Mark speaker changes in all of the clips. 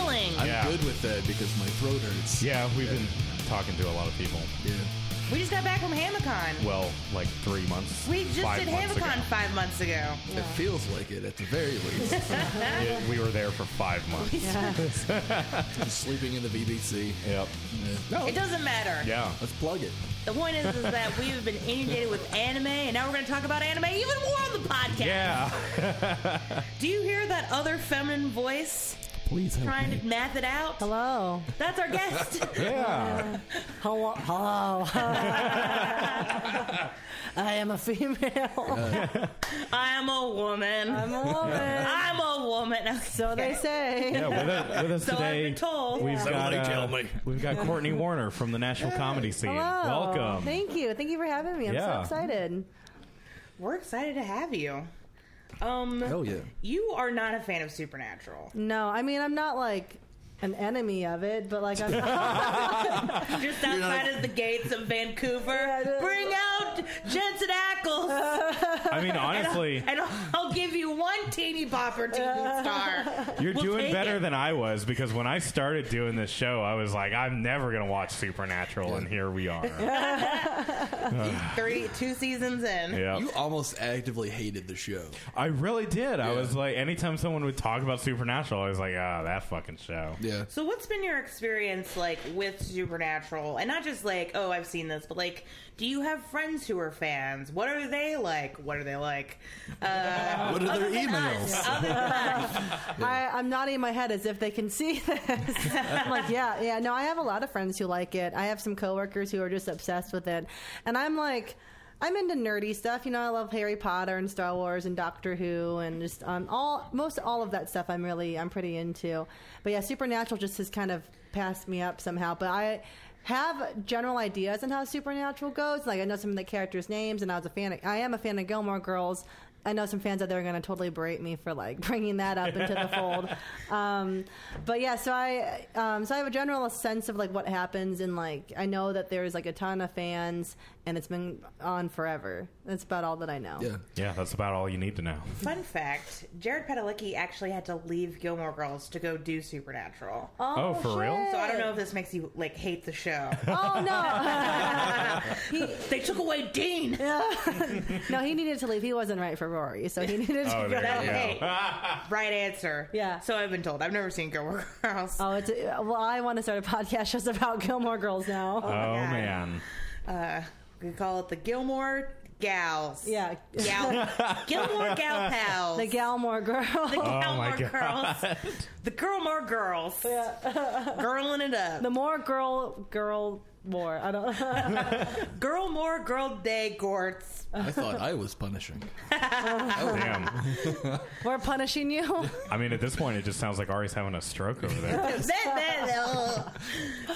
Speaker 1: Oh,
Speaker 2: I'm
Speaker 3: Yeah.
Speaker 2: good with that because my throat hurts.
Speaker 3: Yeah, we've been talking to a lot of people.
Speaker 2: Yeah.
Speaker 1: We just got back from HammerCon.
Speaker 3: Well, like three months.
Speaker 1: We just
Speaker 3: five
Speaker 1: did
Speaker 3: months
Speaker 1: HammerCon
Speaker 3: ago.
Speaker 1: five months ago.
Speaker 2: It feels like it at the very least.
Speaker 3: It- we were there for five months.
Speaker 2: I'm sleeping in the BBC.
Speaker 3: yep.
Speaker 2: Yeah.
Speaker 1: It doesn't matter.
Speaker 3: Yeah.
Speaker 2: Let's plug it.
Speaker 1: The point is, is that we've been inundated with anime, and now we're going to talk about anime even more on the podcast.
Speaker 3: Yeah.
Speaker 1: Do you hear that other feminine voice
Speaker 2: Please help
Speaker 1: trying to math it out?
Speaker 4: Hello.
Speaker 1: That's our guest.
Speaker 3: Yeah.
Speaker 4: Hello. Hello. I am a female.
Speaker 1: I'm a woman.
Speaker 4: I'm a woman.
Speaker 1: I'm a woman.
Speaker 4: So they say.
Speaker 3: Yeah. With us, with us
Speaker 1: So I've
Speaker 3: today,
Speaker 1: been told.
Speaker 3: we've got
Speaker 2: Somebody
Speaker 3: uh,
Speaker 2: tell me.
Speaker 3: we've got Courtney Warner from the National Comedy Scene.
Speaker 4: Hello.
Speaker 3: Welcome.
Speaker 4: Thank you. Thank you for having me. I'm
Speaker 3: Yeah.
Speaker 4: so excited.
Speaker 1: We're excited to have you. Um,
Speaker 2: Hell yeah.
Speaker 1: you are not a fan of Supernatural.
Speaker 4: No, I mean I'm not like an enemy of it, but like I'm
Speaker 1: Just outside of the gates of Vancouver, bring out Jensen Ackles,
Speaker 3: I mean, honestly,
Speaker 1: and I'll, I'll give you one teeny popper TV star.
Speaker 3: you're
Speaker 1: We'll
Speaker 3: doing
Speaker 1: take
Speaker 3: better
Speaker 1: it.
Speaker 3: than I was because when I started doing this show, I was like, I'm never gonna watch Supernatural, and here we are. Yeah.
Speaker 1: Three, two seasons in.
Speaker 2: You almost actively hated the show.
Speaker 3: I really did. I
Speaker 2: Yeah.
Speaker 3: was like, anytime someone would talk about Supernatural, I was like, ah, that fucking show.
Speaker 2: Yeah.
Speaker 1: So what's been your experience like with Supernatural? And not just like, oh, I've seen this, but like, do you have friends who are fans? What are they like? What are they like? Uh,
Speaker 2: What are
Speaker 1: other
Speaker 2: their
Speaker 1: than
Speaker 2: emails?
Speaker 1: us, other than us.
Speaker 4: I, I'm nodding my head as if they can see this. I'm like, yeah, yeah. No, I have a lot of friends who like it. I have some coworkers who are just obsessed with it, and I'm like. I'm into nerdy stuff, you know. I love Harry Potter and Star Wars and Doctor Who and just um, all most all of that stuff. I'm really I'm pretty into, but yeah, Supernatural just has kind of passed me up somehow. But I have general ideas on how Supernatural goes. Like I know some of the characters' names, and I was a fan. Of, I am a fan of Gilmore Girls. I know some fans out there are going to totally berate me for like bringing that up into the fold, um, but yeah. So I, um, so I have a general sense of like what happens, and like I know that there's like a ton of fans, and it's been on forever. That's about all that I know.
Speaker 2: Yeah.
Speaker 3: Yeah, that's about all you need to know.
Speaker 1: Fun fact: Jared Padalecki actually had to leave Gilmore Girls to go do Supernatural.
Speaker 3: Oh, for real?
Speaker 4: shit.
Speaker 1: So I don't know if this makes you like hate the show.
Speaker 4: Oh no,
Speaker 1: they took away Dean.
Speaker 4: no, he needed to leave. He wasn't right for Rory, so he needed to.
Speaker 3: Oh, there
Speaker 4: go.
Speaker 3: you go.
Speaker 1: uh, Hey, right answer.
Speaker 4: Yeah.
Speaker 1: So I've been told. I've never seen Gilmore Girls.
Speaker 4: Oh, it's well. I want to start a podcast just about Gilmore Girls now.
Speaker 3: Oh,
Speaker 1: God.
Speaker 3: man.
Speaker 1: uh, we call it the Gilmore Gals.
Speaker 4: Yeah,
Speaker 1: Gal, Gilmore Gal Pals.
Speaker 4: the Gilmore Girls.
Speaker 1: The Gilmore
Speaker 3: my
Speaker 1: Girls. The Gilmore Girls. Girling it up.
Speaker 4: The more girl, girl more. I don't.
Speaker 1: Girl more, girl day gorts.
Speaker 2: I thought I was punishing.
Speaker 3: Damn.
Speaker 4: We're punishing you.
Speaker 3: I mean, at this point, it just sounds like Ari's having a stroke over there.
Speaker 1: That- that- ugh.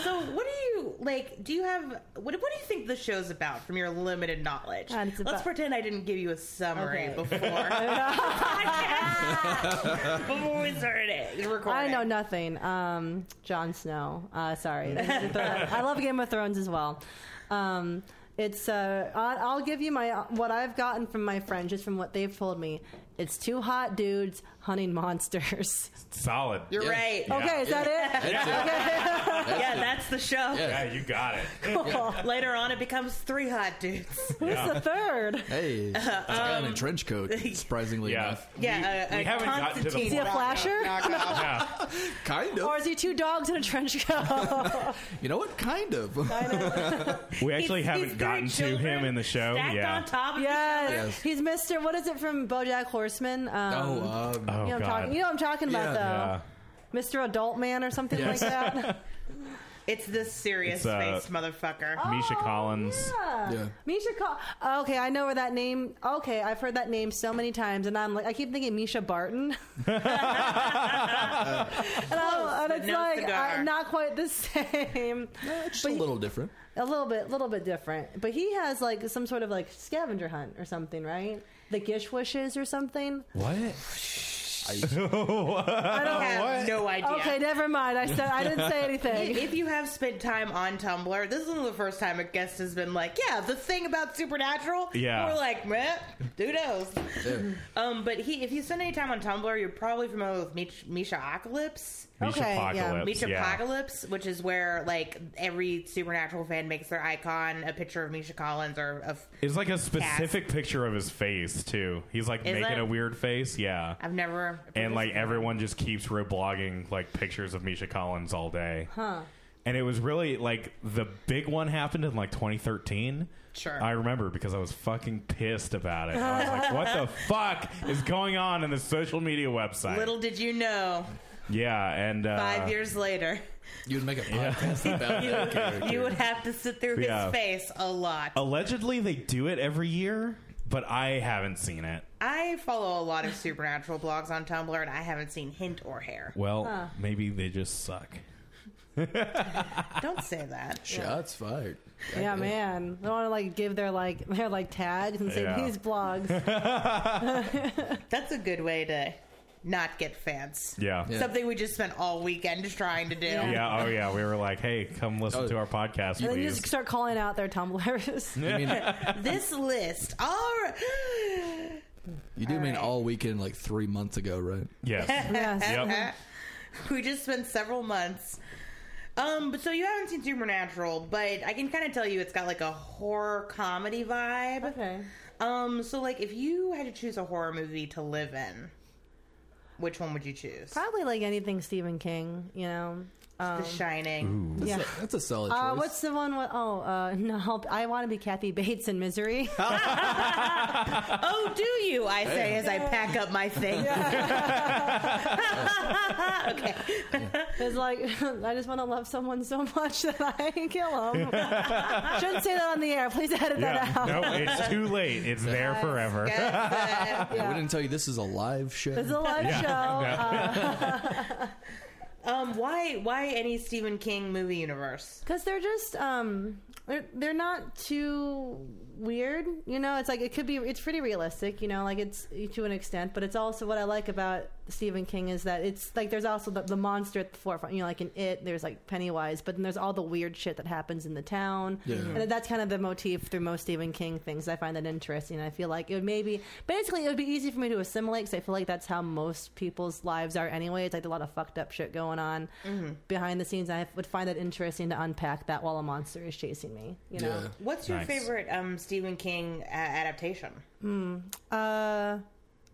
Speaker 1: So what do you like? Do you have what? What do you think the show's about from your limited knowledge?
Speaker 4: God, it's
Speaker 1: Let's
Speaker 4: about-
Speaker 1: pretend I didn't give you a summary
Speaker 4: Okay.
Speaker 1: before before we started recording.
Speaker 4: I know nothing. Um, Jon Snow. Uh, sorry. I love Game of Thrones as well. Um, it's. Uh, I- I'll give you my what I've gotten from my friends, just from what they've told me. It's two hot dudes hunting monsters.
Speaker 3: Solid.
Speaker 1: You're
Speaker 2: Yeah.
Speaker 1: right.
Speaker 3: Yeah.
Speaker 4: Okay, is that it?
Speaker 2: That's it.
Speaker 4: Okay.
Speaker 1: Yeah, that's the show.
Speaker 2: Yeah.
Speaker 3: yeah, you got it.
Speaker 1: Later on, it becomes three hot dudes.
Speaker 4: Who's the third?
Speaker 2: Hey, this guy
Speaker 1: Um,
Speaker 2: in a trench coat, surprisingly
Speaker 3: Yeah.
Speaker 2: enough.
Speaker 1: Yeah,
Speaker 3: We-
Speaker 1: a,
Speaker 3: we
Speaker 1: a
Speaker 3: haven't gotten to the
Speaker 1: Constantine
Speaker 4: Is he a
Speaker 3: Wow.
Speaker 4: flasher?
Speaker 1: knockoff.
Speaker 3: Yeah.
Speaker 2: Kind of.
Speaker 4: Or is he two dogs in a trench coat?
Speaker 2: you know what? Kind of.
Speaker 3: We actually
Speaker 1: He's-
Speaker 3: haven't
Speaker 1: he's
Speaker 3: gotten
Speaker 1: three
Speaker 3: to him
Speaker 1: children
Speaker 3: in the show.
Speaker 1: Stacked
Speaker 3: Yeah.
Speaker 1: on top of
Speaker 4: yes.
Speaker 1: each other.
Speaker 2: Yes.
Speaker 4: He's Mister. What is it from BoJack Horseman? Um,
Speaker 2: oh, um,
Speaker 5: uh,
Speaker 3: Oh,
Speaker 4: you know, what I'm
Speaker 3: God.
Speaker 4: talking, you know what I'm talking about
Speaker 2: Yeah.
Speaker 4: though.
Speaker 3: Yeah.
Speaker 4: Mr. Adult Man or something
Speaker 2: Yes.
Speaker 4: like that.
Speaker 1: It's this serious
Speaker 3: It's, uh,
Speaker 1: face, motherfucker.
Speaker 3: Misha
Speaker 4: Oh,
Speaker 3: Collins.
Speaker 4: Yeah.
Speaker 2: Yeah.
Speaker 4: Misha Col- Okay, I know where that name. Okay, I've heard that name so many times, and I'm like, I keep thinking Misha Barton. and, I'm, and it's
Speaker 1: no
Speaker 4: like
Speaker 1: cigar.
Speaker 4: uh, not quite the same.
Speaker 2: it's a little different.
Speaker 4: A little bit, little bit different. But he has like some sort of like scavenger hunt or something, right? The Gish Wishes or something.
Speaker 3: What?
Speaker 4: I don't.
Speaker 1: I have
Speaker 3: What?
Speaker 1: no idea.
Speaker 4: Oh, Okay, never mind. I said I didn't say anything.
Speaker 1: if you have spent time on Tumblr, this isn't the first time a guest has been like, "Yeah, the thing about Supernatural."
Speaker 3: Yeah.
Speaker 1: we're like, "Meh, who knows?"
Speaker 2: Yeah.
Speaker 1: Um, but he, if you spend any time on Tumblr, you're probably familiar with Mich- Misha Apocalypse.
Speaker 5: Meech
Speaker 4: Okay, yeah.
Speaker 5: Apocalypse.
Speaker 1: Meech
Speaker 5: Yeah.
Speaker 1: Apocalypse, which is where like every supernatural fan makes their icon a picture of Misha Collins or of
Speaker 5: It's like a specific picture of his face too. He's like
Speaker 1: Is
Speaker 5: making
Speaker 1: it?
Speaker 5: a weird face, yeah.
Speaker 1: I've never
Speaker 5: And like everyone just keeps reblogging like pictures of Misha Collins all day. Huh. And it was really like the big one happened in like 2013.
Speaker 1: Sure.
Speaker 5: I remember because I was fucking pissed about it. I was like, what the fuck is going on in the social media website?
Speaker 1: little did you know
Speaker 5: yeah, and uh,
Speaker 1: five years later
Speaker 2: You would make a podcast about that character.
Speaker 1: you would have to sit through
Speaker 5: Yeah. Oh.
Speaker 1: his face a lot.
Speaker 5: Allegedly, they do it every year, but I haven't seen it.
Speaker 1: I follow a lot of supernatural blogs on Tumblr, and I haven't seen hint or hair.
Speaker 5: Well, maybe they just suck.
Speaker 1: Don't say that.
Speaker 2: Shots fired.
Speaker 4: Yeah, man. They want to like give their like their like tags and say
Speaker 5: Yeah.
Speaker 4: these blogs.
Speaker 1: That's a good way to not get fans.
Speaker 5: Yeah.
Speaker 2: Yeah.
Speaker 1: Something we just spent all weekend trying to do.
Speaker 5: Yeah, oh yeah. We were like, hey, come listen
Speaker 2: Oh.
Speaker 5: to our podcast,
Speaker 4: and then you just
Speaker 5: please.
Speaker 4: start calling out their tumblers.
Speaker 2: You, mean,
Speaker 1: This list, all right.
Speaker 2: you do mean
Speaker 1: right.
Speaker 2: all weekend like three months ago, right?
Speaker 5: Yes.
Speaker 4: yes.
Speaker 5: Yep.
Speaker 1: we just spent several months. Um, but so you haven't seen Supernatural, but I can kind of tell you it's got like a horror comedy vibe.
Speaker 4: Okay.
Speaker 1: Um, so like if you had to choose a horror movie to live in, which one would you choose?
Speaker 4: Probably like anything Stephen King, you know.
Speaker 1: The Shining.
Speaker 2: That's,
Speaker 4: Yeah.
Speaker 2: a, that's a solid choice.
Speaker 4: Uh, what's the one? With, oh, uh, no, I'll- I want to be Kathy Bates in Misery.
Speaker 1: Oh, do you? I say as I pack up my thing. okay.
Speaker 4: It's like I just want to love someone so much that I kill him. Shouldn't say that on the air. Please edit that
Speaker 5: Yeah.
Speaker 4: out.
Speaker 5: No, it's too late. It's there forever.
Speaker 1: Yes, uh,
Speaker 2: Yeah, we
Speaker 4: Yeah.
Speaker 2: didn't tell you this is a live show.
Speaker 4: It's a live
Speaker 5: Yeah.
Speaker 4: show. Uh,
Speaker 1: um, why? Why any Stephen King movie universe?
Speaker 4: Because they're just um, they're they're not too weird, you know. It's like it could be it's pretty realistic, you know, like it's to an extent. But it's also what I like about Stephen King is that it's like there's also the, the monster at the forefront, you know, like in It, there's like Pennywise, but then there's all the weird shit that happens in the town,
Speaker 2: Yeah.
Speaker 4: and that's kind of the motif through most Stephen King things. I find that interesting. I feel like it would maybe basically it would be easy for me to assimilate because I feel like that's how most people's lives are anyway. It's like a lot of fucked up shit going on behind the scenes. I would find that interesting to unpack that while a monster is chasing me. You know.
Speaker 2: yeah.
Speaker 1: What's your
Speaker 5: Nice.
Speaker 1: favorite um, Stephen King uh, adaptation?
Speaker 4: Uh,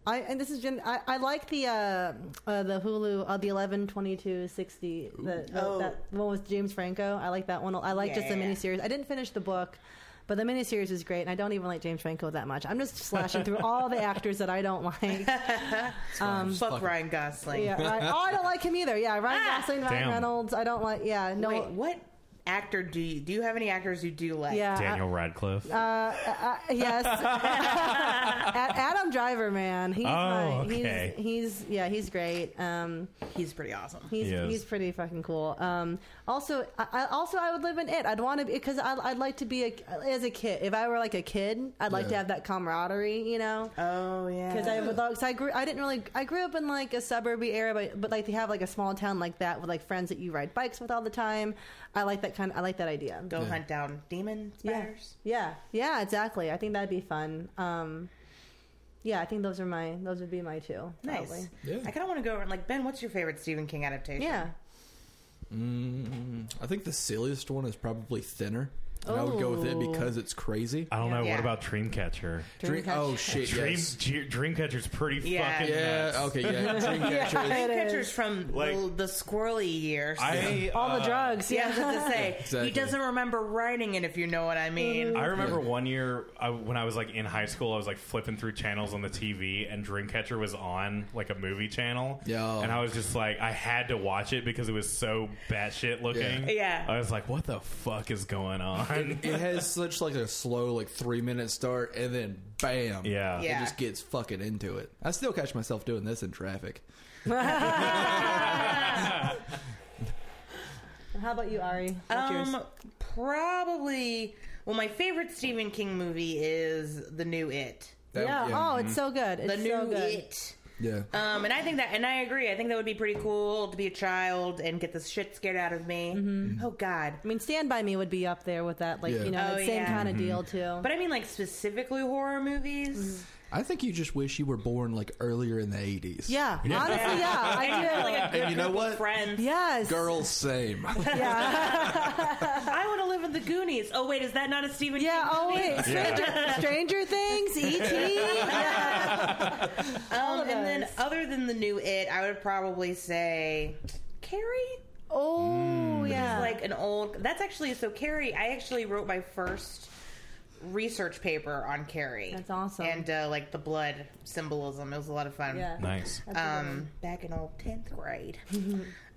Speaker 4: I and this is gen- I, I like the uh, uh the Hulu uh, the eleven twenty two sixty the, the
Speaker 1: Oh.
Speaker 4: that one with James Franco. I like that one. I like just the
Speaker 1: Yeah.
Speaker 4: miniseries. I didn't finish the book. But the miniseries is great, and I don't even like James Franco that much. I'm just slashing through all the actors that I don't like.
Speaker 1: Fuck Ryan Gosling.
Speaker 4: Yeah, right. oh, I don't like him either. Yeah, Ryan Gosling, Ryan
Speaker 5: Damn.
Speaker 4: Reynolds. I don't like. Yeah, no.
Speaker 1: Ah! Wait, what actor do you do you have any actors you do like?
Speaker 4: yeah, I-
Speaker 5: Daniel Radcliffe.
Speaker 4: Uh, Yes. A- Adam Driver, man. He's my,
Speaker 5: Oh, okay.
Speaker 4: he's, he's yeah, he's great. Um,
Speaker 1: he's pretty awesome.
Speaker 4: he's
Speaker 5: He is.
Speaker 4: he's pretty fucking cool. Um, also, I, I, also I would live in it. I'd want to because I'd, I'd like to be a, as a kid. If I were like a kid, I'd like to
Speaker 2: Yeah.
Speaker 4: have that camaraderie, you know.
Speaker 1: Oh yeah.
Speaker 4: Because I would, cause I grew, I didn't really, I grew up in like a suburby area, but but like to have like a small town like that with like friends that you ride bikes with all the time. I like that kind. I like that idea.
Speaker 1: go hunt down demon
Speaker 4: Yeah.
Speaker 1: spiders.
Speaker 4: Yeah. Yeah, exactly. I think that'd be fun. Um yeah, I think those are my those would be my two.
Speaker 1: Nice.
Speaker 4: probably.
Speaker 2: Yeah.
Speaker 1: I kind of want to go over and like Ben. What's your favorite Stephen King adaptation?
Speaker 4: Yeah.
Speaker 2: I think the silliest one is probably Thinner. And I would go with it
Speaker 4: Ooh.
Speaker 2: because it's crazy.
Speaker 5: I don't know.
Speaker 1: Yeah.
Speaker 5: What about Dreamcatcher?
Speaker 2: Dream-
Speaker 4: Dreamcatcher.
Speaker 2: oh shit!
Speaker 5: Dream,
Speaker 2: Yes.
Speaker 5: Ge- Dreamcatcher's pretty
Speaker 1: Yeah.
Speaker 5: fucking
Speaker 2: Yeah. oh,
Speaker 5: nuts.
Speaker 2: Okay. Yeah. Dreamcatcher.
Speaker 4: Yeah.
Speaker 2: is-
Speaker 4: It
Speaker 1: Pictures
Speaker 4: is.
Speaker 1: from
Speaker 5: Like-
Speaker 1: the, the squirrely years.
Speaker 5: I,
Speaker 4: All
Speaker 5: uh,
Speaker 4: the drugs.
Speaker 1: Yeah, I
Speaker 4: Yeah.
Speaker 1: was about to say
Speaker 2: Exactly.
Speaker 1: he doesn't remember writing it. If you know what I mean.
Speaker 4: Mm.
Speaker 5: I remember one year I, when I was like in high school, I was like flipping through channels on the TV, and Dreamcatcher was on like a movie channel.
Speaker 2: Yeah.
Speaker 5: and I was just like, I had to watch it because it was so batshit looking.
Speaker 1: Yeah.
Speaker 5: I was like, what the fuck is going on?
Speaker 2: It has such like a slow like three minute start and then bam
Speaker 5: Yeah.
Speaker 2: it
Speaker 1: Yeah.
Speaker 2: just gets fucking into it. I still catch myself doing this in traffic.
Speaker 4: How about you, Ari? What's yours?
Speaker 1: Um, probably. Well, my favorite Stephen King movie is the new It.
Speaker 2: That- Mm-hmm.
Speaker 4: yeah. Oh, it's so good. It's
Speaker 1: The new E
Speaker 4: so good.
Speaker 1: It.
Speaker 2: yeah.
Speaker 1: Um, and I think that, and I agree. I think that would be pretty cool to be a child and get the shit scared out of me.
Speaker 4: Mm-hmm.
Speaker 1: Oh God!
Speaker 4: I mean, Stand by Me would be up there with that, like
Speaker 2: Yeah. Mm-hmm.
Speaker 4: you know,
Speaker 1: Oh,
Speaker 4: that same
Speaker 1: yeah.
Speaker 4: kind of deal too. Mm-hmm.
Speaker 1: But I mean, like specifically horror movies.
Speaker 2: I think you just wish you were born like earlier in the 80s.
Speaker 4: Yeah, honestly, yeah,
Speaker 1: and you have,
Speaker 4: I do.
Speaker 1: like a good
Speaker 2: And you know
Speaker 1: group of
Speaker 2: what?
Speaker 1: Friends.
Speaker 4: yes,
Speaker 2: Girls, same.
Speaker 4: Yeah,
Speaker 1: I want to live in the Goonies. Oh wait, is that not a Stephen?
Speaker 4: yeah.
Speaker 1: King
Speaker 4: Oh
Speaker 1: movie?
Speaker 4: wait, Stranger, Stranger Things, ET. Yeah.
Speaker 1: Um,
Speaker 4: of
Speaker 1: and then
Speaker 4: those.
Speaker 1: other than the new It, I would probably say Carrie.
Speaker 4: Oh
Speaker 2: Mm.
Speaker 4: yeah.
Speaker 1: like an old that's actually so carrie i actually wrote my first research paper on carrie
Speaker 4: That's awesome.
Speaker 1: and uh, like the blood symbolism it was a lot of fun
Speaker 4: yeah.
Speaker 3: Nice.
Speaker 1: um back in old 10th grade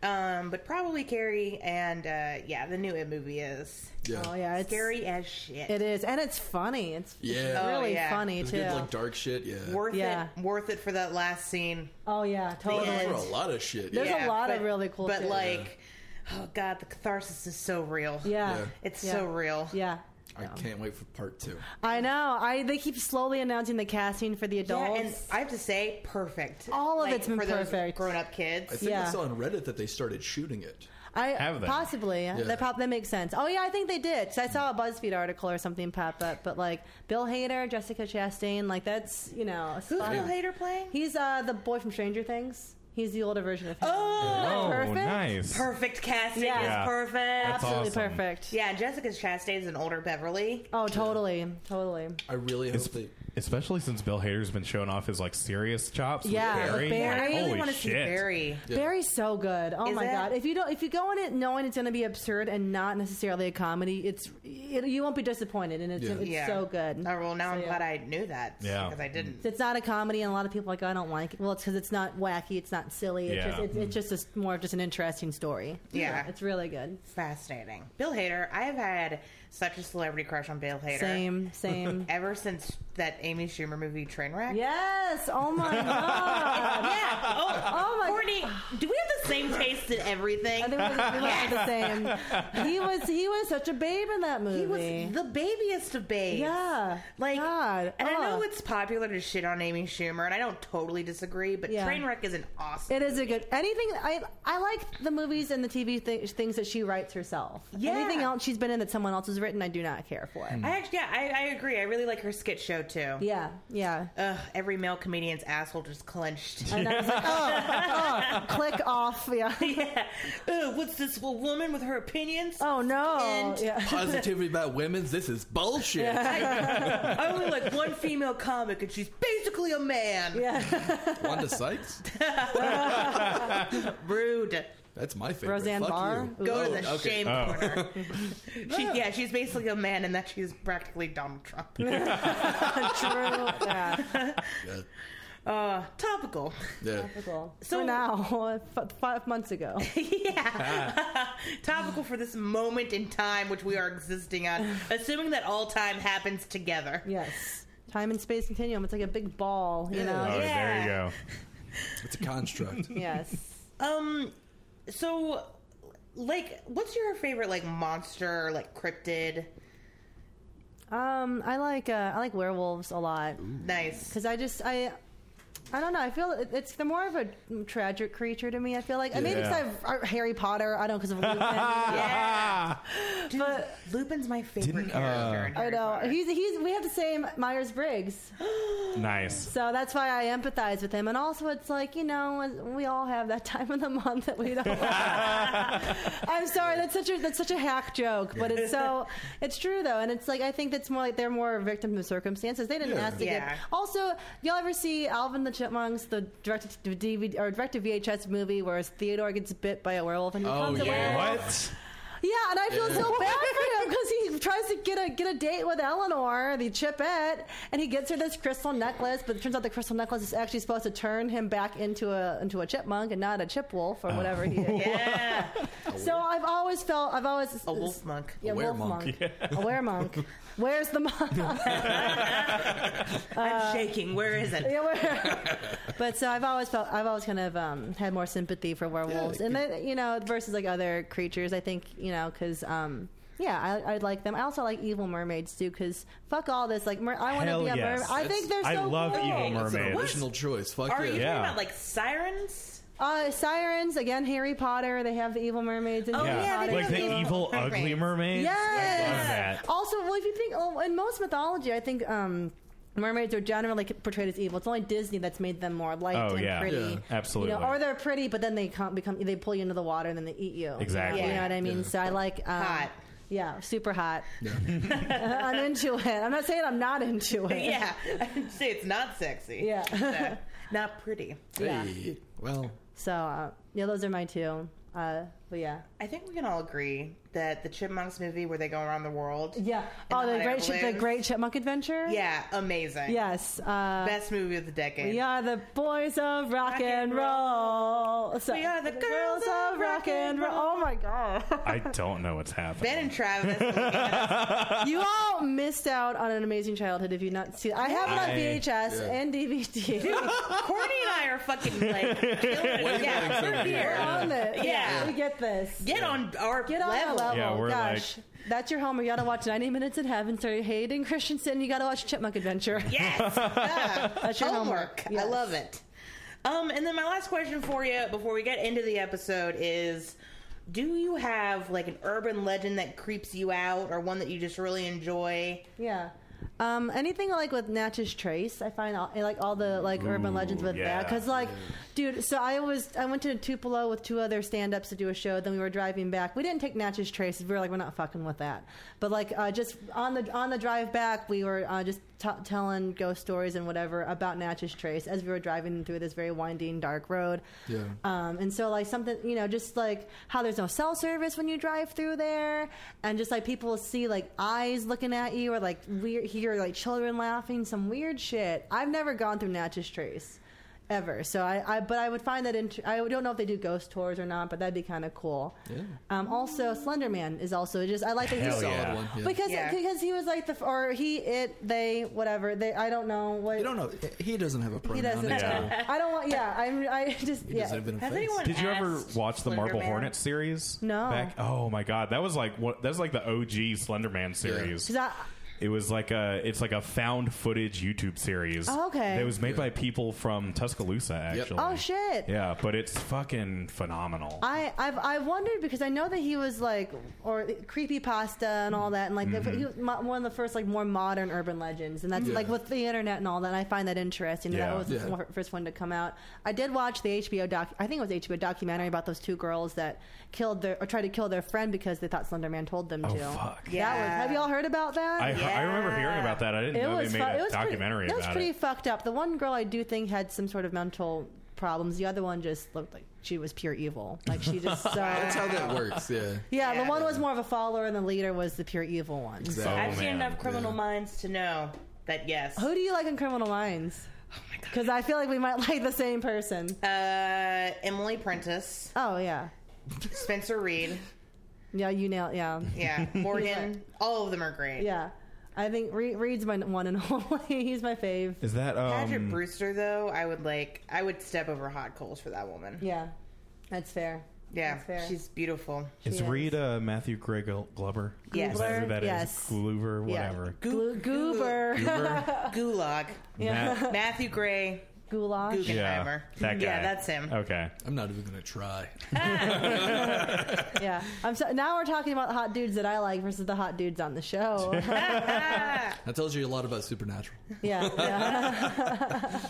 Speaker 1: um but probably carrie and uh yeah the new it movie is
Speaker 2: Yeah.
Speaker 4: Oh yeah, it's
Speaker 1: scary as shit
Speaker 4: It is, and it's funny. It's
Speaker 2: Yeah.
Speaker 1: Oh,
Speaker 4: really
Speaker 1: yeah.
Speaker 4: funny
Speaker 2: It's
Speaker 4: too.
Speaker 2: good, like dark shit. Yeah.
Speaker 1: worth
Speaker 4: Yeah.
Speaker 1: it worth it for that last scene
Speaker 4: oh yeah, totally.
Speaker 1: Yeah.
Speaker 2: for a lot of shit.
Speaker 4: There's
Speaker 2: Yeah.
Speaker 4: a lot of really cool
Speaker 1: but
Speaker 4: shit.
Speaker 1: like oh god the catharsis is so real
Speaker 4: Yeah.
Speaker 2: Yeah.
Speaker 1: it's
Speaker 4: Yeah.
Speaker 1: so real
Speaker 4: Yeah.
Speaker 2: I can't wait for part two.
Speaker 4: I know. I they keep slowly announcing the casting for the
Speaker 1: Yeah,
Speaker 4: adults.
Speaker 1: and I have to say, perfect.
Speaker 4: All of it's been
Speaker 1: for
Speaker 4: perfect.
Speaker 1: Grown up
Speaker 2: I
Speaker 1: kids.
Speaker 2: think
Speaker 4: Yeah.
Speaker 2: I saw on Reddit that they started shooting it.
Speaker 4: I
Speaker 3: Have they?
Speaker 4: possibly that pop that makes sense. Oh yeah, I think they did. 'Cause I saw a BuzzFeed article or something pop up, but like Bill Hader, Jessica Chastain, like that's you know. a
Speaker 1: Who's
Speaker 4: spot-
Speaker 1: Bill Hader playing?
Speaker 4: He's uh the boy from Stranger Things. He's the older version of him.
Speaker 1: Oh,
Speaker 3: Oh,
Speaker 4: perfect?
Speaker 3: nice.
Speaker 1: perfect casting
Speaker 4: Yeah.
Speaker 1: is
Speaker 3: Yeah.
Speaker 1: perfect.
Speaker 3: That's
Speaker 4: absolutely
Speaker 3: awesome.
Speaker 4: perfect.
Speaker 1: Yeah, Jessica Chastain's an older Beverly.
Speaker 4: Oh, totally, totally.
Speaker 2: I really hope
Speaker 3: It's-
Speaker 2: they.
Speaker 3: Especially since Bill Hader's been showing off his like serious chops. with
Speaker 4: Yeah,
Speaker 3: Barry.
Speaker 4: with Barry.
Speaker 3: Like,
Speaker 1: I really
Speaker 3: holy
Speaker 1: want to
Speaker 3: shit.
Speaker 1: see Barry.
Speaker 4: Barry's so good. Oh
Speaker 1: Is
Speaker 4: my
Speaker 1: it?
Speaker 4: god! If you don't, if you go in it knowing it's going to be absurd and not necessarily a comedy, it's it, you won't be disappointed, and it's
Speaker 2: Yeah.
Speaker 4: it's
Speaker 1: Yeah.
Speaker 4: so good.
Speaker 1: Oh, well, now
Speaker 4: So,
Speaker 1: I'm
Speaker 4: yeah.
Speaker 1: glad I knew that.
Speaker 3: Yeah.
Speaker 1: Because I didn't.
Speaker 4: It's not a comedy, and a lot of people are like "Oh, I don't like it. Well, it's because it's not wacky, it's not silly. It's
Speaker 3: Yeah.
Speaker 4: just it's, it's just a, more of just an interesting story.
Speaker 1: Yeah.
Speaker 4: it's really good.
Speaker 1: Fascinating. Bill Hader. I have had such a celebrity crush on Bill Hader.
Speaker 4: Same, same.
Speaker 1: Ever since that Amy Schumer movie Trainwreck.
Speaker 4: yes. Oh my god.
Speaker 1: Yeah. Oh,
Speaker 4: Oh my.
Speaker 1: Courtney, do we have the same taste in everything?
Speaker 4: I think we we look the same. He was he was such a babe in that movie.
Speaker 1: He was the babiest of babes.
Speaker 4: Yeah.
Speaker 1: Like,
Speaker 4: God. Oh.
Speaker 1: and I know
Speaker 4: Ugh.
Speaker 1: it's popular to shit on Amy Schumer, and I don't totally disagree, but
Speaker 4: Yeah.
Speaker 1: Trainwreck is an awesome.
Speaker 4: It is a good anything. I I like the movies and the TV thi- things that she writes herself.
Speaker 1: Yeah. Mm-hmm.
Speaker 4: Anything else she's been in that someone else has written, I do not care for.
Speaker 1: I actually, yeah, I, I agree. I really like her skit show too.
Speaker 4: Yeah, yeah.
Speaker 1: Ugh, every male comedian's asshole just clenched.
Speaker 4: And I was like, oh, oh, click off. Yeah.
Speaker 1: yeah. Ugh, what's this w- woman with her opinions?
Speaker 4: Oh no.
Speaker 1: And-
Speaker 4: yeah.
Speaker 2: Positivity about women's. This is bullshit.
Speaker 1: I only like one female comic, and she's basically a man.
Speaker 4: yeah.
Speaker 2: Wanda Sykes.
Speaker 1: Rude.
Speaker 2: That's my favorite.
Speaker 4: Roseanne
Speaker 2: Fuck
Speaker 4: Barr?
Speaker 2: You.
Speaker 1: Go
Speaker 2: Oh,
Speaker 1: to the
Speaker 2: okay.
Speaker 1: shame corner. she, yeah, she's basically a man, and that she's practically Donald Trump.
Speaker 4: True. Yeah.
Speaker 2: Yeah.
Speaker 1: Uh, topical.
Speaker 2: Yeah.
Speaker 4: Cool.
Speaker 1: So-
Speaker 4: So now, f- five months ago.
Speaker 1: yeah. Topical for this moment in time which we are existing on, assuming that all time happens together.
Speaker 4: Yes. Time and space continuum. It's like a big ball. You know.
Speaker 3: Oh, there
Speaker 1: Yeah.
Speaker 3: you go.
Speaker 2: It's a construct.
Speaker 4: Yes.
Speaker 1: Um so like what's your favorite like monster like cryptid?
Speaker 4: Um, I like uh, I like werewolves a lot.
Speaker 1: Nice.
Speaker 4: because I just I. I don't know. I feel it- it's the more of a tragic creature to me. I feel like and maybe
Speaker 3: Yeah.
Speaker 4: because I've Harry Potter. I don't because of Lupin.
Speaker 1: Yeah. Dude,
Speaker 4: But-
Speaker 1: Lupin's my favorite
Speaker 3: Didn't, uh,
Speaker 1: character. in
Speaker 4: I
Speaker 1: Harry
Speaker 4: know
Speaker 1: Potter.
Speaker 4: he's he's we have the same Myers Briggs,
Speaker 3: Nice.
Speaker 4: so that's why I empathize with him. And also, it's like you know we all have that time of the month that we don't. I'm sorry, that's such a that's such a hack joke, but it's so it's true though, and it's like I think that's more like they're more victims of circumstances. They didn't
Speaker 2: Yeah.
Speaker 4: ask to
Speaker 1: Yeah.
Speaker 4: get. Also, y'all ever see Alvin and the Chipmunks, the directed to DVD or directed VHS movie where Theodore gets bit by a werewolf and he
Speaker 2: Oh
Speaker 4: becomes a
Speaker 2: yeah.
Speaker 4: werewolf?
Speaker 3: What?
Speaker 4: Yeah, and I feel so bad for him because he tries to get a get a date with Eleanor, the Chipette, and he gets her this crystal necklace, but it turns out the crystal necklace is actually supposed to turn him back into a into a chipmunk and not a chip wolf or whatever he is.
Speaker 1: yeah.
Speaker 4: So I've always felt I've always
Speaker 1: A wolf monk.
Speaker 4: yeah, wolf
Speaker 2: weremonk.
Speaker 4: monk. A were monk. Where's the monk?
Speaker 1: I'm shaking. Where is it?
Speaker 4: Yeah, where- but so I've always felt I've always kind of um, had more sympathy for werewolves,
Speaker 2: Yeah,
Speaker 4: and then you know versus like other creatures. I think you know because um, yeah, I, I like them. I also like evil mermaids too because fuck all this like mer- I want to
Speaker 3: Hell
Speaker 4: be a
Speaker 3: yes.
Speaker 4: mermaid. I think they're so
Speaker 3: I love
Speaker 5: e
Speaker 4: cool.
Speaker 3: evil
Speaker 2: That's an
Speaker 3: mermaids.
Speaker 2: original choice. Fuck
Speaker 1: Are you
Speaker 2: yeah.
Speaker 1: talking
Speaker 3: Yeah.
Speaker 1: about like sirens?
Speaker 4: Uh, sirens again. Harry Potter. They have the evil mermaids. In
Speaker 1: Oh,
Speaker 4: Harry
Speaker 1: yeah, they
Speaker 4: Potter.
Speaker 3: like
Speaker 1: do
Speaker 3: the
Speaker 1: have
Speaker 3: evil,
Speaker 1: evil
Speaker 3: ugly
Speaker 1: mermaids.
Speaker 3: mermaids.
Speaker 4: Yes.
Speaker 3: I love that.
Speaker 4: Also, well, if you think oh, in most mythology, I think um, mermaids are generally portrayed as evil. It's only Disney that's made them more light
Speaker 3: Oh,
Speaker 4: and
Speaker 3: yeah.
Speaker 4: pretty.
Speaker 2: Yeah.
Speaker 4: You
Speaker 3: Absolutely.
Speaker 4: know, or they're pretty, but then they can't become. They pull you into the water and then they eat you.
Speaker 3: Exactly.
Speaker 4: You know what I mean?
Speaker 2: Yeah.
Speaker 4: So I like um,
Speaker 1: Hot.
Speaker 4: Yeah, super hot. I'm into it. I'm not saying I'm not into it.
Speaker 1: Um, Yeah, I'd say it's not sexy.
Speaker 4: Yeah.
Speaker 1: So, not pretty.
Speaker 4: Yeah.
Speaker 2: Hey, well,
Speaker 4: So uh, yeah, those are my two. Uh, but yeah,
Speaker 1: I think we can all agree that the Chipmunks movie where they go around the world.
Speaker 4: yeah.
Speaker 1: And
Speaker 4: oh,
Speaker 1: the
Speaker 4: the
Speaker 1: hot air
Speaker 4: great, Chip- the
Speaker 1: balloons.
Speaker 4: Great Chipmunk Adventure.
Speaker 1: Yeah, amazing.
Speaker 4: Yes. Uh,
Speaker 1: Best movie of the decade.
Speaker 4: We are the boys of rock, and
Speaker 1: and
Speaker 4: roll. So-
Speaker 1: We are the girls of rock and
Speaker 4: Oh my god!
Speaker 3: I don't know what's happening.
Speaker 1: Ben and Travis.
Speaker 4: you all missed out on an amazing childhood if you not see. I have it on
Speaker 3: I-
Speaker 4: VHS
Speaker 2: yeah.
Speaker 4: and DVD.
Speaker 1: Courtney and I are fucking like killing it. Yeah,
Speaker 2: things
Speaker 1: we're
Speaker 2: over here.
Speaker 1: here.
Speaker 4: We're on this. Yeah,
Speaker 1: Yeah.
Speaker 4: we get this.
Speaker 1: Get on our
Speaker 4: Get on
Speaker 1: level.
Speaker 4: that level.
Speaker 3: Yeah, we're
Speaker 4: Gosh, that's your homework. You got to watch 90 Minutes in Heaven. Sorry, Hayden Christensen. You got to watch Chipmunk Adventure.
Speaker 1: Yes. Yeah.
Speaker 4: That's your homework.
Speaker 1: homework.
Speaker 4: Yes.
Speaker 1: I love it. Um, and then my last question for you before we get into the episode is do you have like an urban legend that creeps you out or one that you just really enjoy?
Speaker 4: Yeah. Um, anything like with Natchez Trace, I find all, I like all the like urban
Speaker 3: Ooh,
Speaker 4: legends with
Speaker 3: yeah.
Speaker 4: that because like, dude. So I was I went to Tupelo with two other stand ups to do a show. Then we were driving back. We didn't take Natchez Trace. We were like, we're not fucking with that. But like, uh, just on the on the drive back, we were uh, just t- telling ghost stories and whatever about Natchez Trace as we were driving through this very winding dark road.
Speaker 2: Yeah.
Speaker 4: Um, and so like something you know, just like how there's no cell service when you drive through there, and just like people see like eyes looking at you, or like weird hear like children laughing, some weird shit. I've never gone through Natchez Trace ever, so I, I but I would find that int- I don't know if they do ghost tours or not, but that'd be kind of cool.
Speaker 2: Yeah.
Speaker 4: Um, also, Slender Man is also just I like that
Speaker 3: Hell
Speaker 4: he's
Speaker 2: solid
Speaker 3: yeah.
Speaker 2: one. Yeah.
Speaker 4: because
Speaker 1: Yeah.
Speaker 4: because he was like the f- or he it they whatever they I don't know what
Speaker 2: you don't know. He doesn't have a pronoun.
Speaker 4: he doesn't
Speaker 2: It's
Speaker 3: Yeah.
Speaker 2: cool.
Speaker 4: know. I don't want yeah I'm I just
Speaker 2: He
Speaker 4: yeah.
Speaker 2: doesn't have an
Speaker 1: Has
Speaker 2: offense.
Speaker 1: anyone
Speaker 3: Did you ever
Speaker 1: asked
Speaker 3: watch the Marble
Speaker 1: Slenderman?
Speaker 3: Hornet series?
Speaker 4: No.
Speaker 3: Back, oh my god, that was like what? That was like the OG Slenderman series.
Speaker 4: 'Cause I-
Speaker 3: It was like a it's like a found footage YouTube series.
Speaker 4: Oh, okay.
Speaker 3: That was made
Speaker 2: Yeah.
Speaker 3: by people from Tuscaloosa actually.
Speaker 4: Oh shit!
Speaker 3: Yeah, but it's fucking phenomenal.
Speaker 4: I I've I wondered because I know that he was like or creepy pasta and all that and like
Speaker 3: Mm-hmm.
Speaker 4: the, he was mo- one of the first like more modern urban legends and that's
Speaker 2: Yeah.
Speaker 4: like with the internet and all that and I find that interesting
Speaker 3: Yeah.
Speaker 4: that was
Speaker 2: Yeah.
Speaker 4: the first one to come out. I did watch the HBO doc I think it was HBO documentary about those two girls that killed their or tried to kill their friend because they thought Slenderman told them
Speaker 3: oh
Speaker 4: to.
Speaker 3: fuck.
Speaker 1: Yeah.
Speaker 4: That was, have y'all heard about that?
Speaker 3: I, I remember hearing about that. I didn't know they made
Speaker 4: fu-
Speaker 3: a
Speaker 4: it was
Speaker 3: documentary
Speaker 4: pretty, That was
Speaker 3: about
Speaker 4: pretty
Speaker 3: it.
Speaker 4: fucked up. The one girl I do think had some sort of mental problems. The other one just looked like she was pure evil. Like she just.
Speaker 2: That's
Speaker 4: Uh,
Speaker 2: how that works. Yeah.
Speaker 4: yeah, the
Speaker 1: Yeah.
Speaker 4: one was more of a follower, and the leader was the pure evil
Speaker 3: Oh,
Speaker 4: one.
Speaker 2: Exactly.
Speaker 1: I've seen
Speaker 3: man.
Speaker 1: enough criminal
Speaker 2: Yeah.
Speaker 1: minds to know that yes.
Speaker 4: Who do you like in Criminal Minds?
Speaker 3: Oh
Speaker 4: Because I feel like we might like the same person.
Speaker 1: Uh, Emily Prentice,
Speaker 4: Oh yeah,
Speaker 1: Spencer Reed,
Speaker 4: yeah, you nailed. Yeah,
Speaker 1: yeah, Morgan, all of them are great.
Speaker 4: yeah. I think Reed, Reed's my one and only. He's my fave.
Speaker 3: Is that
Speaker 1: Patrick
Speaker 3: um
Speaker 1: Brewster, though, I would like, I would step over hot coals for that woman.
Speaker 4: Yeah, that's fair.
Speaker 1: Yeah,
Speaker 4: That's fair.
Speaker 1: she's beautiful.
Speaker 3: is
Speaker 4: Yes.
Speaker 3: Reed uh, Matthew Gray Gul- Glover?
Speaker 1: Yes.
Speaker 3: Is that who that is?
Speaker 4: Yes.
Speaker 3: Glover,
Speaker 4: Yeah.
Speaker 3: whatever.
Speaker 4: Glu- goober.
Speaker 1: Gulag,
Speaker 4: Yeah.
Speaker 3: Matt-
Speaker 1: Matthew Gray,
Speaker 4: Goulash.
Speaker 1: Guggenheimer.
Speaker 3: Yeah, that guy.
Speaker 1: Yeah, that's him.
Speaker 3: Okay.
Speaker 2: I'm not even gonna try.
Speaker 4: Yeah, I'm so, now we're talking about hot dudes that I like versus the hot dudes on the show.
Speaker 2: That tells you a lot about supernatural.
Speaker 4: yeah, yeah.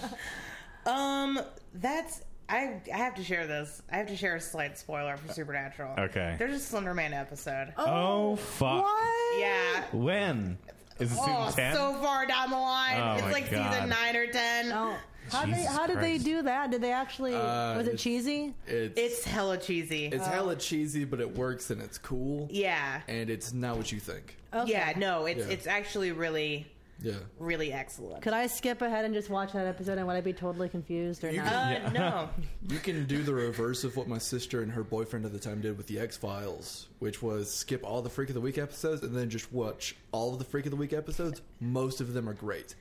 Speaker 1: Um, that's I. I have to share this. I have to share a slight spoiler for Supernatural.
Speaker 3: Okay.
Speaker 1: there's a Slenderman episode.
Speaker 3: Oh fuck.
Speaker 4: What?
Speaker 1: yeah.
Speaker 3: When? Is it
Speaker 1: Oh,
Speaker 3: season ten?
Speaker 1: so far down the line.
Speaker 3: Oh, my
Speaker 1: it's like
Speaker 3: God.
Speaker 1: season nine or ten.
Speaker 4: Oh. How, they,
Speaker 3: Jesus
Speaker 4: how did they
Speaker 3: Christ.
Speaker 4: do that? Did they actually?
Speaker 2: Uh,
Speaker 4: was it
Speaker 2: it's-
Speaker 4: cheesy?
Speaker 2: It's it's,
Speaker 1: It's hella cheesy. Uh,
Speaker 2: hella cheesy, but it works and it's cool.
Speaker 1: yeah.
Speaker 2: And it's not what you think.
Speaker 4: Okay.
Speaker 1: Yeah. No, it's
Speaker 2: Yeah.
Speaker 1: it's actually really
Speaker 2: Yeah.
Speaker 1: really excellent.
Speaker 4: Could I skip ahead and just watch that episode and would I be totally confused or
Speaker 2: You
Speaker 4: not?
Speaker 2: could-
Speaker 1: Uh, No.
Speaker 2: You can do the reverse of what my sister and her boyfriend at the time did with the X Files, which was skip all the Freak of the Week episodes and then just watch all of the Freak of the Week episodes. Most of them are great.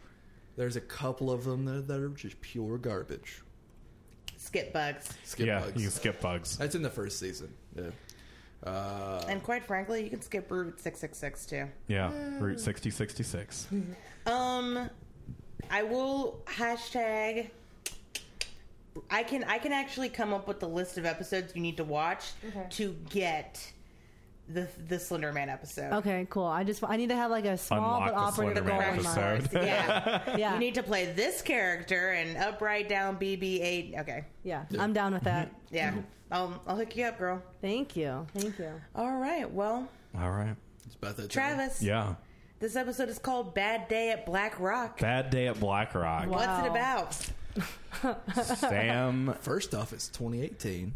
Speaker 2: There's a couple of them that, that are just pure garbage.
Speaker 1: Skip bugs.
Speaker 2: Skip
Speaker 3: yeah,
Speaker 2: bugs.
Speaker 3: you skip bugs. Uh,
Speaker 2: That's in the first season. Yeah. Uh,
Speaker 1: And quite frankly, you can skip Route six six six too.
Speaker 3: Yeah, Route 6066.
Speaker 1: Um, I will hashtag. I can I can actually come up with the list of episodes you need to watch
Speaker 4: Okay.
Speaker 1: to get the the Slender Man episode.
Speaker 4: Okay, cool. I just I need to have like a small
Speaker 5: Unlock
Speaker 4: but
Speaker 5: the
Speaker 4: operative goal
Speaker 5: Slender Man
Speaker 4: in
Speaker 5: episode.
Speaker 4: mind.
Speaker 1: Practice yours. Yeah.
Speaker 4: Yeah.
Speaker 1: You need to play this character and up, right, down, BB, 8. Okay.
Speaker 4: Yeah, I'm down with that.
Speaker 1: Yeah. I'll, I'll hook you up, girl.
Speaker 4: Thank you. Thank you.
Speaker 1: All right. Well,
Speaker 5: All right.
Speaker 2: It's about that time.
Speaker 1: Travis,
Speaker 5: Yeah.
Speaker 1: this episode is called Bad Day at Black Rock.
Speaker 5: Bad day at Black Rock.
Speaker 4: Wow.
Speaker 1: What's it about?
Speaker 5: Sam.
Speaker 2: First off, it's 2018.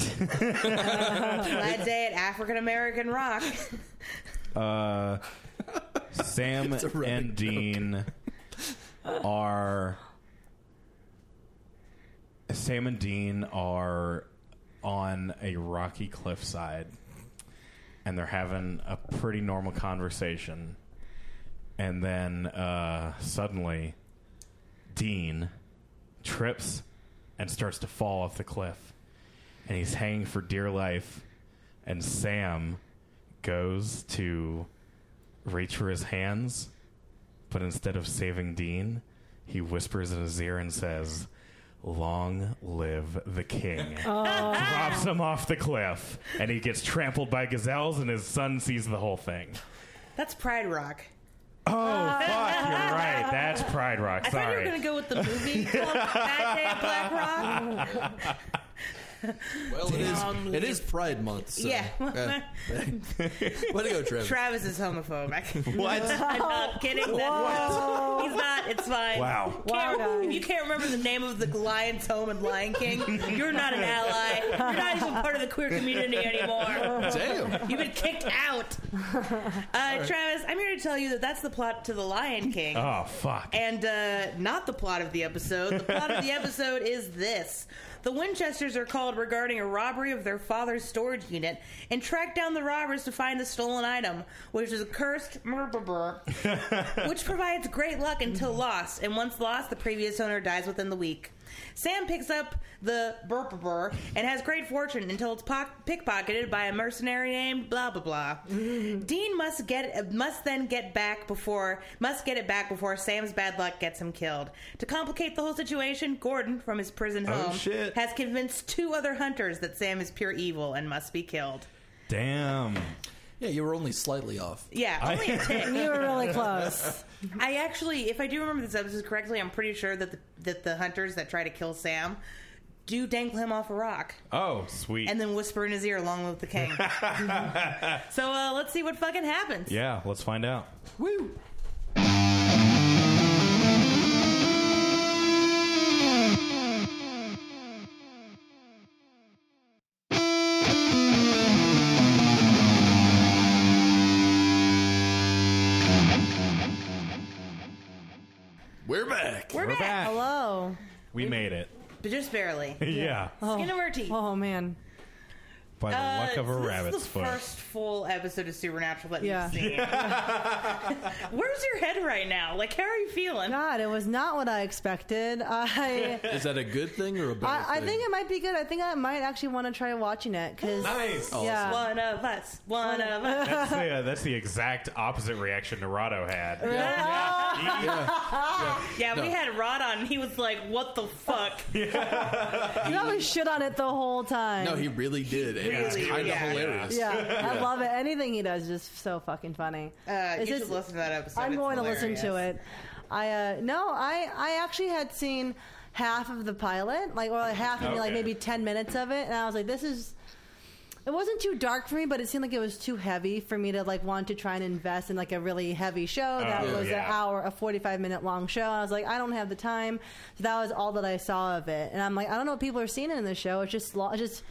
Speaker 1: Bad Day at African American Rock.
Speaker 5: Uh, Sam
Speaker 2: a running
Speaker 5: and
Speaker 2: joke.
Speaker 5: Dean are. Sam and Dean are on a rocky cliffside, and they're having a pretty normal conversation. And then uh, suddenly, Dean trips and starts to fall off the cliff. And he's hanging for dear life. And Sam goes to reach for his hands, but instead of saving Dean, he whispers in his ear and says, Long live the king.
Speaker 1: Oh.
Speaker 5: Drops him off the cliff, and he gets trampled by gazelles, and his son sees the whole thing.
Speaker 1: That's Pride Rock.
Speaker 5: Oh, fuck, you're right. That's Pride Rock.
Speaker 1: I thought you were
Speaker 5: Sorry.
Speaker 1: going to go with the movie called Bad Day at Black Rock.
Speaker 2: Well, it is,
Speaker 1: Damn.
Speaker 2: it is Pride Month, so.
Speaker 1: Yeah.
Speaker 2: Way to go, Travis.
Speaker 1: Travis is homophobic.
Speaker 5: what?
Speaker 1: I'm not kidding. That's not- He's not. It's fine.
Speaker 5: Wow.
Speaker 1: Can't-
Speaker 4: Wow, guys.
Speaker 1: if you can't remember the name of the Lion's Home and Lion King, you're not an ally. You're not even part of the queer community anymore.
Speaker 2: Damn.
Speaker 1: You've been kicked out. Uh, Travis, I'm here to tell you that that's the plot to The Lion King.
Speaker 5: Oh, fuck.
Speaker 1: And uh, not the plot of the episode. The plot of the episode is this. The Winchesters are called regarding a robbery of their father's storage unit and track down the robbers to find the stolen item, which is a cursed murderer, which provides great luck until
Speaker 5: Mm-hmm.
Speaker 1: lost. And once lost, the previous owner dies within the week. Sam picks up the burper and has great fortune until it's pock- pickpocketed by a mercenary named blah blah blah.
Speaker 5: Mm-hmm.
Speaker 1: Dean must get must then get back before must get it back before Sam's bad luck gets him killed. To complicate the whole situation, Gordon from his prison
Speaker 5: Oh,
Speaker 1: home
Speaker 5: shit.
Speaker 1: has convinced two other hunters that Sam is pure evil and must be killed.
Speaker 5: Damn.
Speaker 2: Yeah, you were only slightly off.
Speaker 1: Yeah, only a tick.
Speaker 4: You were really close.
Speaker 1: I actually, if I do remember this episode correctly, I'm pretty sure that the, that the hunters that try to kill Sam do dangle him off a rock
Speaker 5: Oh, sweet.
Speaker 1: and then whisper in his ear, "Long live the king." so uh, let's see what fucking happens.
Speaker 5: yeah, let's find out.
Speaker 2: Woo! We're back.
Speaker 1: We're,
Speaker 5: We're
Speaker 1: back,
Speaker 5: back.
Speaker 4: Hello.
Speaker 5: We made it.
Speaker 1: but just barely.
Speaker 5: yeah.
Speaker 4: Oh.
Speaker 1: Skin over teeth.
Speaker 4: Oh man.
Speaker 5: By the
Speaker 1: Uh,
Speaker 5: luck of a
Speaker 1: so this
Speaker 5: rabbit's
Speaker 1: is the
Speaker 5: foot.
Speaker 1: first full episode of Supernatural that
Speaker 4: Yeah.
Speaker 1: you've seen. Where's your head right now? Like, how are you feeling?
Speaker 4: God, it was not what I expected. I.
Speaker 2: Is that a good thing or a bad
Speaker 4: I, I
Speaker 2: thing?
Speaker 4: think it might be good. I think I might actually want to try watching it because
Speaker 5: Nice.
Speaker 2: Oh,
Speaker 4: yeah,
Speaker 1: One of us. One of us.
Speaker 5: That's the, uh, that's the exact opposite reaction Dorado had.
Speaker 1: Yeah, we had Rod on. and He was like, "What the fuck?"
Speaker 4: you probably shit on it the whole time.
Speaker 2: no, he really did. and It was
Speaker 1: Really,
Speaker 2: kind of
Speaker 1: yeah.
Speaker 2: hilarious.
Speaker 4: yeah, I love it. Anything he does is just so fucking funny.
Speaker 1: Uh, you
Speaker 4: It's
Speaker 1: should
Speaker 4: just-
Speaker 1: listen to that episode.
Speaker 4: I'm
Speaker 1: It's
Speaker 4: going to
Speaker 1: hilarious.
Speaker 4: listen to it. I uh, no, I I actually had seen half of the pilot, like or like half of like
Speaker 5: Okay.
Speaker 4: maybe ten minutes of it, and I was like, this is. It wasn't too dark for me, but it seemed like it was too heavy for me to like want to try and invest in like a really heavy show that
Speaker 5: Oh,
Speaker 4: was
Speaker 5: yeah.
Speaker 4: an hour, a forty-five minute long show. And I was like, I don't have the time. So that was all that I saw of it, and I'm like, I don't know what people are seeing in the show. It's just lo- it's just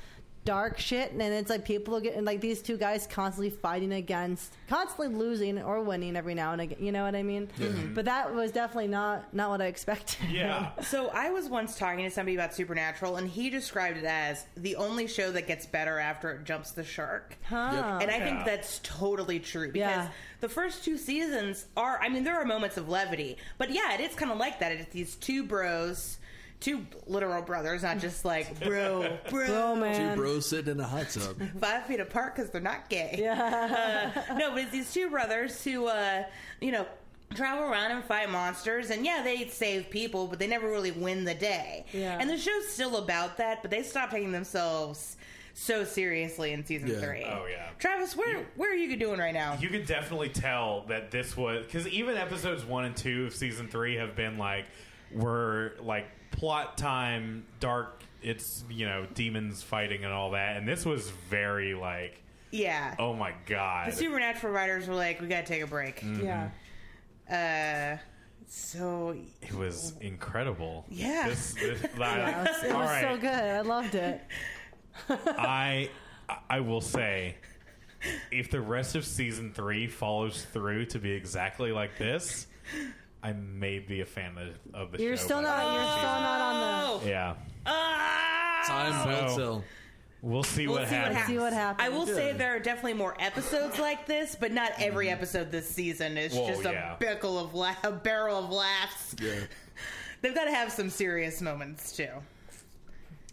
Speaker 4: dark shit, and it's like people are getting like these two guys constantly fighting against, constantly losing or winning every now and again. You know what I mean? Mm-hmm. But that was definitely not not what I expected.
Speaker 5: Yeah.
Speaker 1: So I was once talking to somebody about Supernatural, and he described it as the only show that gets better after it jumps the shark.
Speaker 4: Huh.
Speaker 1: And I think
Speaker 5: Yeah.
Speaker 1: that's totally true because
Speaker 4: Yeah.
Speaker 1: the first two seasons are, I mean, there are moments of levity, but yeah, it is kind of like that. It's these two bros, two literal brothers,
Speaker 4: Mm.
Speaker 1: not just like bro, bro,
Speaker 4: Oh man.
Speaker 2: Two bros sitting in a hot tub.
Speaker 1: five feet apart because they're not gay.
Speaker 4: Yeah.
Speaker 1: Uh, no, but it's these two brothers who, uh, you know, travel around and fight monsters, and yeah, they save people, but they never really win the day.
Speaker 4: Yeah.
Speaker 1: And the show's still about that, but they stop taking themselves so seriously in season
Speaker 2: Yeah.
Speaker 1: three.
Speaker 3: Oh, yeah.
Speaker 1: Travis, where where are you doing right now?
Speaker 5: You could definitely tell that this was because even episodes one and two of season three have been like were like plot time, dark. It's you know demons fighting and all that, and this was very like
Speaker 1: yeah.
Speaker 5: oh my god.
Speaker 1: The supernatural writers were like, we gotta take a break.
Speaker 4: Yeah.
Speaker 1: Uh, so
Speaker 5: It was incredible.
Speaker 1: Yeah.
Speaker 5: This, this, like,
Speaker 4: It was, it
Speaker 5: all
Speaker 4: was
Speaker 5: right.
Speaker 4: so good. I loved it.
Speaker 5: I I will say, if the rest of season three follows through to be exactly like this, I may be a fan of, of the show.
Speaker 4: You're still
Speaker 5: by
Speaker 4: not.
Speaker 5: then.
Speaker 4: You're still not on the.
Speaker 1: oh,
Speaker 5: Yeah,
Speaker 1: ah!
Speaker 2: Time will
Speaker 5: So-
Speaker 2: tell.
Speaker 5: we'll see
Speaker 1: We'll
Speaker 5: what
Speaker 1: see
Speaker 5: happens.
Speaker 1: what happens.
Speaker 4: See what happens.
Speaker 1: I will say
Speaker 2: Yeah.
Speaker 1: there are definitely more episodes like this, but not every episode this season. It's
Speaker 5: Whoa,
Speaker 1: just a
Speaker 5: Mm-hmm. yeah.
Speaker 1: bickle of la- a barrel of laughs.
Speaker 2: Yeah.
Speaker 1: They've got to have some serious moments too.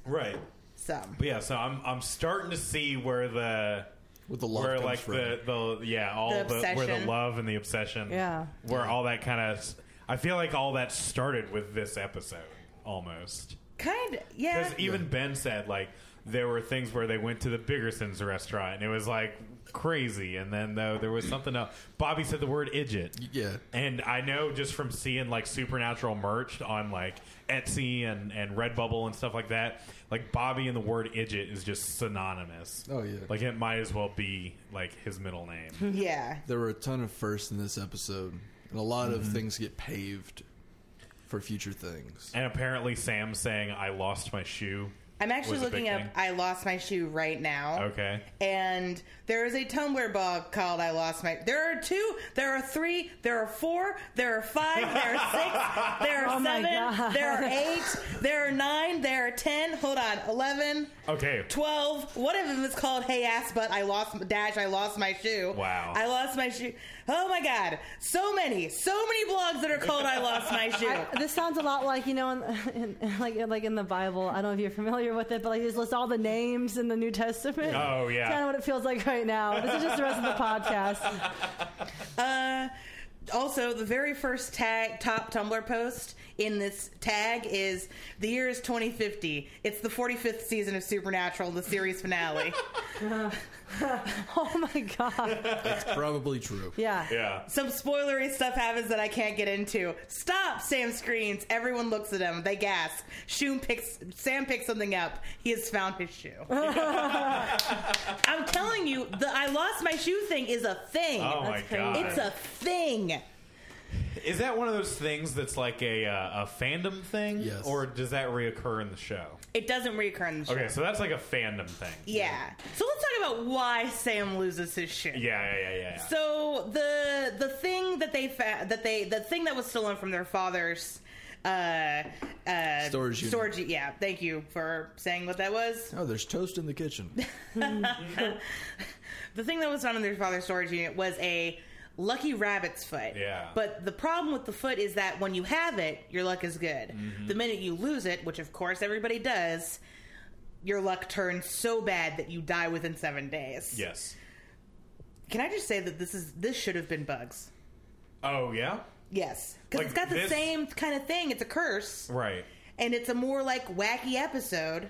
Speaker 5: Right.
Speaker 1: Some.
Speaker 5: But yeah, so I'm I'm starting to see where the
Speaker 2: With the love
Speaker 5: where
Speaker 2: comes
Speaker 5: like
Speaker 2: from.
Speaker 5: the, the yeah all
Speaker 1: The
Speaker 5: the, where the
Speaker 1: obsession.
Speaker 5: love and the obsession
Speaker 4: Yeah.
Speaker 5: where all that kind of I feel like all that started with this episode almost.
Speaker 1: Kind of,
Speaker 5: Because
Speaker 1: yeah.
Speaker 5: even Ben said like there were things where they went to the Biggersons restaurant and it was like crazy, and then though there was something else. Bobby said the word "idget,"
Speaker 2: yeah.
Speaker 5: and I know just from seeing like supernatural merch on like Etsy and and Redbubble and stuff like that, like Bobby and the word "idget" is just synonymous.
Speaker 2: Oh, yeah.
Speaker 5: like it might as well be like his middle name.
Speaker 1: Yeah.
Speaker 2: There were a ton of firsts in this episode, and a lot
Speaker 5: Mm-hmm.
Speaker 2: of things get paved for future things.
Speaker 5: and apparently, Sam saying "I lost my shoe."
Speaker 1: I'm actually
Speaker 5: was a
Speaker 1: looking
Speaker 5: big
Speaker 1: up
Speaker 5: thing.
Speaker 1: I lost my shoe right now.
Speaker 5: Okay,
Speaker 1: And there is a Tumblr blog called I Lost My There are two, there are three, there are four, there are five, there are six, there are
Speaker 4: Oh my
Speaker 1: seven,
Speaker 4: God.
Speaker 1: there are eight, there are nine, there are ten, hold on, eleven,
Speaker 5: okay.
Speaker 1: 12. One of them is called Hey Ass But I Lost Dash, I Lost My Shoe.
Speaker 5: Wow.
Speaker 1: I Lost My Shoe. Oh my God. So many, so many blogs that are called I Lost My Shoe.
Speaker 4: I, this sounds a lot like you know, in, in, like like in the Bible. I don't know if you're familiar with it, but like just list all the names in the New Testament.
Speaker 5: Oh, yeah.
Speaker 4: kind of what it feels like right now. This is just the rest of the podcast.
Speaker 1: Uh, also, the very first tag top Tumblr post in this tag is the year is 2050. It's the 45th season of Supernatural, the series finale.
Speaker 4: Oh my god!
Speaker 2: That's probably true.
Speaker 4: Yeah,
Speaker 5: Yeah.
Speaker 1: Some spoilery stuff happens that I can't get into. Stop! Sam screams. Everyone looks at him. They gasp. Shoom picks. Sam picks something up. He has found his shoe. I'm telling you, the I lost my shoe thing is a thing.
Speaker 5: Oh my
Speaker 4: That's crazy.
Speaker 5: god!
Speaker 1: it's a thing.
Speaker 5: Is that one of those things that's like a uh, a fandom thing?
Speaker 2: Yes.
Speaker 5: Or does that reoccur in the show?
Speaker 1: It doesn't reoccur in the show.
Speaker 5: Okay, so that's like a fandom thing.
Speaker 1: Yeah. So let's talk about why Sam loses his shit.
Speaker 5: Yeah, yeah, yeah, yeah. yeah.
Speaker 1: So the the thing that they fa- that they the thing that was stolen from their father's uh uh
Speaker 2: Storage unit.
Speaker 1: storage yeah thank you for saying what that was
Speaker 2: Oh, there's toast in the kitchen.
Speaker 1: the thing that was found in their father's storage unit was a lucky rabbit's foot
Speaker 5: Yeah.
Speaker 1: but the problem with the foot is that when you have it your luck is good
Speaker 5: Mm-hmm.
Speaker 1: the minute you lose it which of course everybody does your luck turns so bad that you die within seven days
Speaker 5: yes.
Speaker 1: Can I just say that this is this should have been bugs?
Speaker 5: Oh yeah.
Speaker 1: Yes, because
Speaker 5: Like
Speaker 1: it's got the
Speaker 5: this-
Speaker 1: same kind of thing. It's a curse,
Speaker 5: Right.
Speaker 1: and it's a more like wacky episode.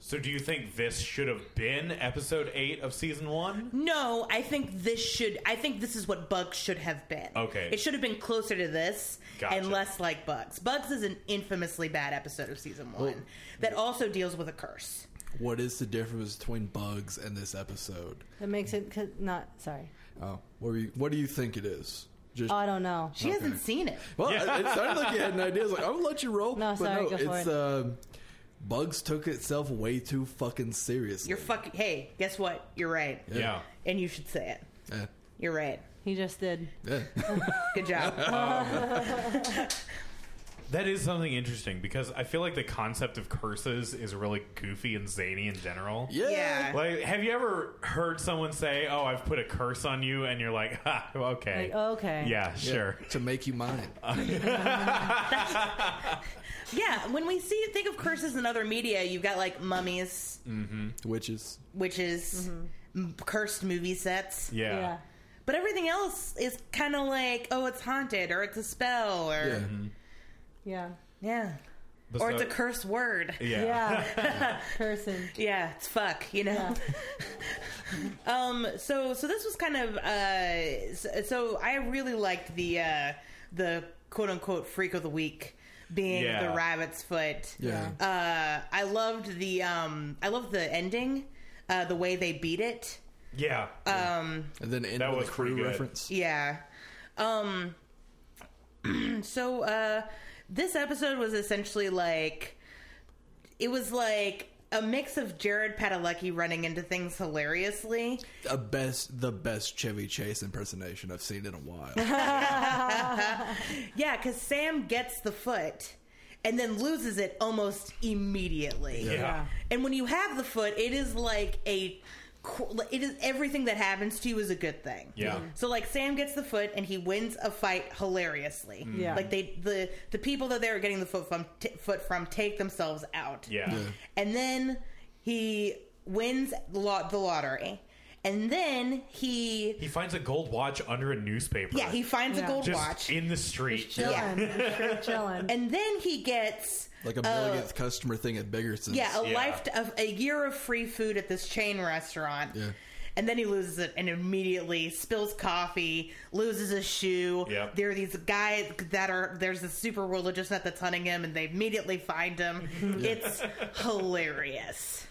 Speaker 5: So do you think this should have been episode eight of season one?
Speaker 1: No, I think this should. I think this is what bugs should have been.
Speaker 5: Okay.
Speaker 1: it should have been closer to this
Speaker 5: Gotcha.
Speaker 1: and less like bugs. Bugs is an infamously bad episode of season one that also deals with a curse.
Speaker 2: what is the difference between bugs and this episode?
Speaker 4: that makes it c- not. Sorry.
Speaker 2: Oh, what, were you, what do you think it is? Just
Speaker 4: Oh, I don't know.
Speaker 1: She hasn't seen it.
Speaker 2: well, it it sounded like you had an idea. I was like, I'm gonna let you roll.
Speaker 4: No,
Speaker 2: but
Speaker 4: sorry,
Speaker 2: no,
Speaker 4: go for
Speaker 2: it's
Speaker 4: it.
Speaker 2: um, bugs took itself way too fucking seriously.
Speaker 1: You're fucking. Hey, guess what? You're right,
Speaker 5: Yeah.
Speaker 1: and you should say it.
Speaker 2: Yeah.
Speaker 1: You're right.
Speaker 4: He just did.
Speaker 2: Yeah.
Speaker 1: Good job.
Speaker 5: That is something interesting because I feel like the concept of curses is really goofy and zany in general.
Speaker 2: yeah.
Speaker 1: Yeah.
Speaker 5: Like, have you ever heard someone say, "Oh, I've put a curse on you," and you're like, ha, "Okay,
Speaker 4: Like, okay.
Speaker 5: yeah,
Speaker 2: Yeah.
Speaker 5: sure." Uh,
Speaker 2: To make you mine.
Speaker 1: Yeah, when we see think of curses in other media, you've got like mummies,
Speaker 2: Witches.
Speaker 1: witches, m cursed movie sets,
Speaker 5: Mm-hmm. Yeah.
Speaker 4: Yeah.
Speaker 1: but everything else is kind
Speaker 5: Mm-hmm.
Speaker 1: of like, oh, it's haunted or it's a spell
Speaker 2: Yeah.
Speaker 1: or
Speaker 4: Yeah.
Speaker 1: yeah. or it's a
Speaker 5: Beso-
Speaker 1: curse word.
Speaker 5: yeah.
Speaker 4: Yeah. Person.
Speaker 1: Yeah, it's fuck, you know. um, so so this was kind of uh, so, so I really liked the uh, the quote unquote freak of the week being
Speaker 5: Yeah.
Speaker 1: the rabbit's foot.
Speaker 2: Yeah.
Speaker 1: Uh, I loved the um, I loved the ending, uh, the way they beat it.
Speaker 5: Yeah.
Speaker 1: Uh,
Speaker 2: And then end
Speaker 5: That
Speaker 2: with
Speaker 5: was
Speaker 2: a
Speaker 5: pretty
Speaker 2: crew
Speaker 5: good.
Speaker 2: reference.
Speaker 1: Yeah. Um so uh this episode was essentially like it was like a mix of Jared Padalecki running into things hilariously.
Speaker 2: A best, the best Chevy Chase impersonation I've seen in a while.
Speaker 1: Yeah, cuz Sam gets the foot and then loses it almost immediately.
Speaker 5: yeah.
Speaker 1: And when you have the foot, it is like a qu- it is everything that happens to you is a good thing.
Speaker 5: Yeah.
Speaker 1: So like Sam gets the foot and he wins a fight hilariously.
Speaker 5: Mm.
Speaker 4: Yeah.
Speaker 1: Like they the the people that they were getting the foot from t- foot from take themselves out.
Speaker 5: Yeah.
Speaker 1: And then he wins the lot the lottery. And then he
Speaker 5: He finds a gold watch under a newspaper.
Speaker 1: yeah, he finds
Speaker 4: Yeah.
Speaker 1: a gold
Speaker 5: just
Speaker 1: watch.
Speaker 5: in the street.
Speaker 4: Chilling.
Speaker 1: Yeah.
Speaker 4: I'm sure chilling.
Speaker 1: and then he gets
Speaker 2: like a millionth customer thing at Biggerson's.
Speaker 1: Uh, yeah, a
Speaker 5: Yeah.
Speaker 1: life of a year of free food at this chain restaurant.
Speaker 2: Yeah.
Speaker 1: And then he loses it and immediately spills coffee, loses a shoe.
Speaker 5: Yep.
Speaker 1: There are these guys that are there's a super religious nut that's hunting him and they immediately find him. It's hilarious.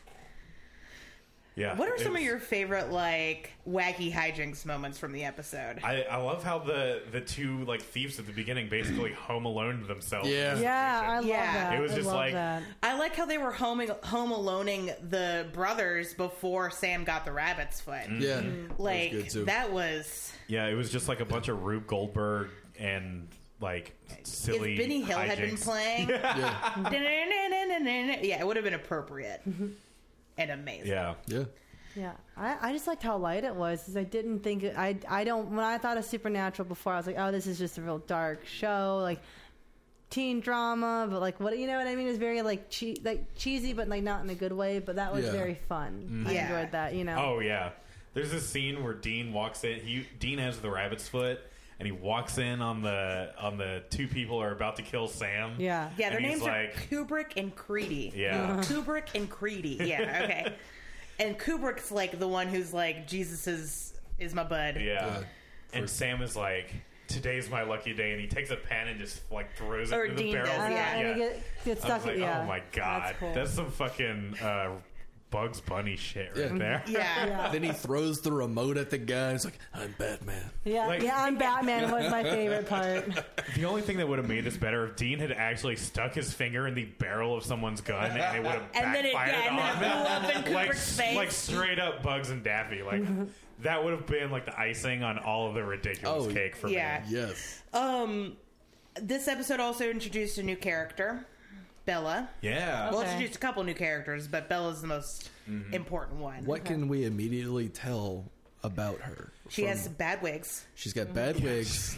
Speaker 5: Yeah.
Speaker 1: What are
Speaker 5: It
Speaker 1: some of
Speaker 5: was-
Speaker 1: your favorite like wacky hijinks moments from the episode?
Speaker 5: I, I love how the the two like thieves at the beginning basically home alone themselves.
Speaker 2: Yeah.
Speaker 4: Yeah, I love
Speaker 1: Yeah.
Speaker 4: that.
Speaker 5: It was
Speaker 4: I
Speaker 5: just
Speaker 4: love
Speaker 5: like-
Speaker 4: that.
Speaker 1: I like how they were home home aloning the brothers before Sam got the rabbit's foot.
Speaker 2: Mm. Yeah.
Speaker 1: mm-hmm. Like
Speaker 2: good, too.
Speaker 1: that was
Speaker 5: Yeah, it was just like a bunch of Rube Goldberg and like silly.
Speaker 1: if Benny Hill had been
Speaker 5: hijinks.
Speaker 1: playing.
Speaker 2: Yeah.
Speaker 1: yeah, it would have been appropriate and amazing.
Speaker 5: Yeah.
Speaker 2: Yeah.
Speaker 4: Yeah, I, I just liked how light it was. 'cause I didn't think it- I I don't when I thought of Supernatural before, I was like, oh, this is just a real dark show, like teen drama, but like what you know what I mean? It's very like che- like cheesy, but like not in a good way. But that was
Speaker 2: Yeah.
Speaker 4: very fun. I
Speaker 1: Yeah.
Speaker 4: enjoyed that. You know,
Speaker 5: Mm. Oh yeah. There's this scene where Dean walks in. He Dean has the rabbit's foot, and he walks in on the on the two people who are about to kill Sam.
Speaker 4: yeah,
Speaker 1: Yeah, their
Speaker 5: And he's
Speaker 1: names
Speaker 5: like-
Speaker 1: are Kubrick and Creedy.
Speaker 5: Yeah.
Speaker 1: Kubrick and Creedy. Yeah, okay. and Kubrick's like the one who's like, Jesus is is my bud.
Speaker 5: Yeah.
Speaker 2: Yeah.
Speaker 5: And Sam is like, "Today's my lucky day," and he takes a pen and just like throws it
Speaker 1: Or
Speaker 5: into the
Speaker 1: Dean
Speaker 5: barrel.
Speaker 1: does,
Speaker 4: And,
Speaker 1: yeah,
Speaker 4: and you get,
Speaker 5: I
Speaker 4: get
Speaker 5: was
Speaker 4: stuck.
Speaker 5: like,
Speaker 4: yeah,
Speaker 5: "Oh my god, that's,
Speaker 4: that's cool.
Speaker 5: some fucking uh, Bugs Bunny shit right
Speaker 2: Yeah.
Speaker 5: there."
Speaker 1: Yeah.
Speaker 4: yeah,
Speaker 2: Then he throws the remote at the guy. He's like, "I'm Batman."
Speaker 4: yeah,
Speaker 5: Like-
Speaker 4: yeah. I'm Batman was my favorite part.
Speaker 5: The only thing that would have made this better if Dean had actually stuck his finger in the barrel of someone's gun and it would have
Speaker 1: And then
Speaker 5: backfired
Speaker 1: it, yeah, and then it
Speaker 5: on them.
Speaker 1: blew up in
Speaker 5: like,
Speaker 1: Kubrick's face. Mm-hmm.
Speaker 5: like straight up Bugs and Daffy. Like that would have been like the icing on all of the ridiculous
Speaker 2: Oh,
Speaker 5: cake for
Speaker 1: yeah.
Speaker 5: me.
Speaker 2: Yes.
Speaker 1: um, this episode also introduced a new character, Bella.
Speaker 5: Yeah.
Speaker 1: Well,
Speaker 4: Okay.
Speaker 1: introduced a couple new characters, but Bella's the most
Speaker 5: Mm-hmm.
Speaker 1: important one.
Speaker 2: What can we immediately tell about her?
Speaker 1: She has bad wigs.
Speaker 2: She's got bad wigs,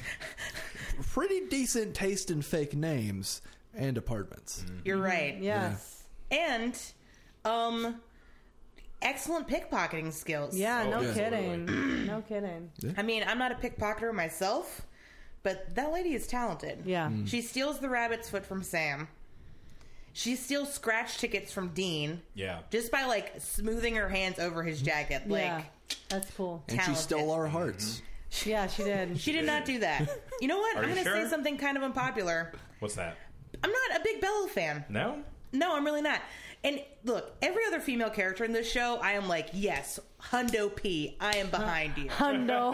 Speaker 2: pretty decent taste in fake names, and apartments.
Speaker 5: Mm-hmm.
Speaker 1: You're right.
Speaker 4: Yes,
Speaker 1: and um excellent pickpocketing skills.
Speaker 4: yeah,
Speaker 5: Oh,
Speaker 4: no
Speaker 2: yeah.
Speaker 4: kidding, no kidding.
Speaker 1: I mean, I'm not a pickpocketer myself, but that lady is talented.
Speaker 4: Yeah,
Speaker 5: Mm.
Speaker 1: She steals the rabbit's foot from Sam. She steals scratch tickets from Dean
Speaker 5: Yeah.
Speaker 1: just by like smoothing her hands over his jacket. Like
Speaker 4: yeah, that's cool.
Speaker 2: And she
Speaker 1: Talented.
Speaker 2: stole our hearts.
Speaker 4: Yeah, she did.
Speaker 1: she did not do that. You know what?
Speaker 5: Are
Speaker 1: I'm
Speaker 5: you
Speaker 1: going to
Speaker 5: sure?
Speaker 1: say something kind of unpopular.
Speaker 5: What's that?
Speaker 1: I'm not a big Bella fan.
Speaker 5: No?
Speaker 1: No, I'm really not. And look, every other female character in this show, I am like, yes, Hundo P, I am behind you.
Speaker 4: Hundo.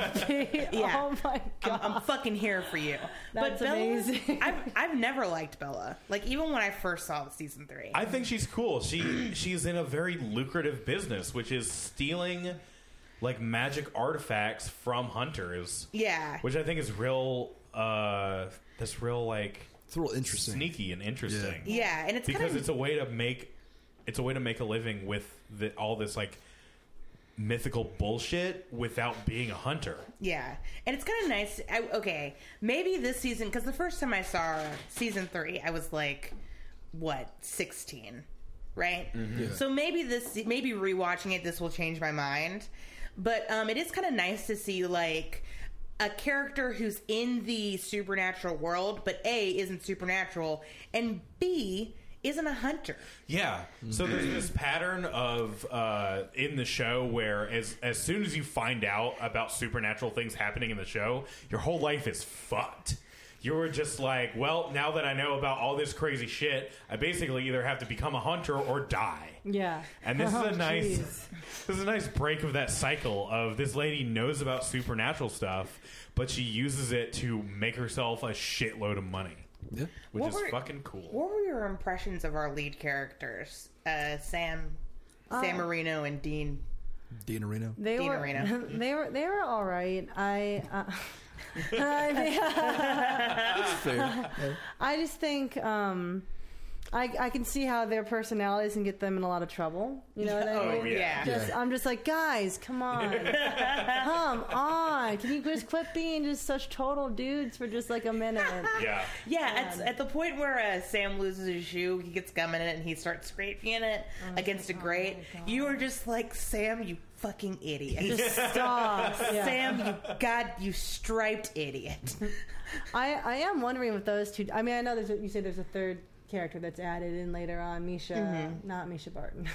Speaker 1: Yeah.
Speaker 4: Oh my god.
Speaker 1: I'm, I'm fucking here for you. but
Speaker 4: That's
Speaker 1: Bella,
Speaker 4: amazing.
Speaker 1: I've, I've never liked Bella. Like even when I first saw season three.
Speaker 5: I think she's cool. She she's in a very lucrative business, which is stealing like magic artifacts from hunters.
Speaker 1: yeah.
Speaker 5: Which I think is real uh that's real like
Speaker 2: It's real interesting.
Speaker 5: sneaky and interesting.
Speaker 1: yeah, and it's
Speaker 5: because
Speaker 1: kind of
Speaker 5: it's a way to make it's a way to make a living with the, all this like mythical bullshit without being a hunter.
Speaker 1: yeah, and it's kind of nice. I, okay, maybe this season because the first time I saw season three, I was like, what, sixteen, right?
Speaker 2: Yeah.
Speaker 1: So maybe this, maybe rewatching it, this will change my mind. But um, it is kind of nice to see like a character who's in the supernatural world, but A isn't supernatural, and B isn't a hunter.
Speaker 5: Yeah. So there's this pattern of uh, in the show where as as soon as you find out about supernatural things happening in the show, your whole life is fucked. You're just like, well, now that I know about all this crazy shit, I basically either have to become a hunter or die.
Speaker 4: Yeah.
Speaker 5: And this
Speaker 4: Oh,
Speaker 5: is a nice,
Speaker 4: jeez.
Speaker 5: this is a nice break of that cycle of this lady knows about supernatural stuff, but she uses it to make herself a shitload of money,
Speaker 2: Yeah.
Speaker 5: which
Speaker 1: What
Speaker 5: is
Speaker 1: were-
Speaker 5: fucking cool.
Speaker 1: What were your impressions of our lead characters, uh, Sam,
Speaker 5: Uh,
Speaker 1: Sam Marino, and Dean?
Speaker 2: Dean Areno.
Speaker 4: They
Speaker 1: Dean
Speaker 4: were
Speaker 1: Arena.
Speaker 4: they were they were all right. I uh, I, mean,
Speaker 2: Fair.
Speaker 4: I just think um, I I can see how their personalities can get them in a lot of trouble. You know what I mean?
Speaker 5: Oh, yeah.
Speaker 4: Just, I'm just like, guys, come on, come on! Can you just quit being just such total dudes for just like a minute?
Speaker 5: Yeah.
Speaker 1: Yeah, at,
Speaker 4: Um,
Speaker 1: at the point where uh, Sam loses his shoe, he gets gum in it and he starts scraping it
Speaker 4: Oh
Speaker 1: against a grate. you are just like, Sam, you fucking idiot.
Speaker 4: Just stop, Yeah.
Speaker 1: Sam, you god, you striped idiot.
Speaker 4: I, I am wondering with those two. I mean, I know there's a, you say there's a third character that's added in later on, Misha,
Speaker 1: Mm-hmm.
Speaker 4: not Misha Barton.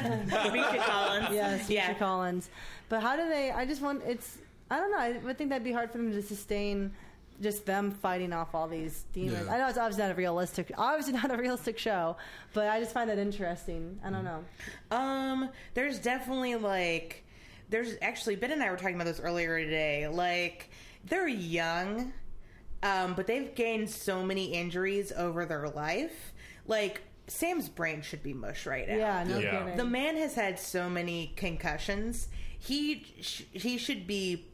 Speaker 1: Misha Collins.
Speaker 4: yes, Misha
Speaker 1: yeah.
Speaker 4: Collins. But how do they? I just want it's. I don't know. I would think that'd be hard for them to sustain just them fighting off all these demons.
Speaker 2: Yeah.
Speaker 4: I know it's obviously not a realistic, obviously not a realistic show, but I just find that interesting. I don't know.
Speaker 1: Um, there's definitely like, there's actually Ben and I were talking about this earlier today. Like, they're young, um, but they've gained so many injuries over their life. Like, Sam's brain should be mush right now.
Speaker 4: Yeah, no
Speaker 5: Yeah.
Speaker 4: kidding.
Speaker 1: The man has had so many concussions. He sh- he should be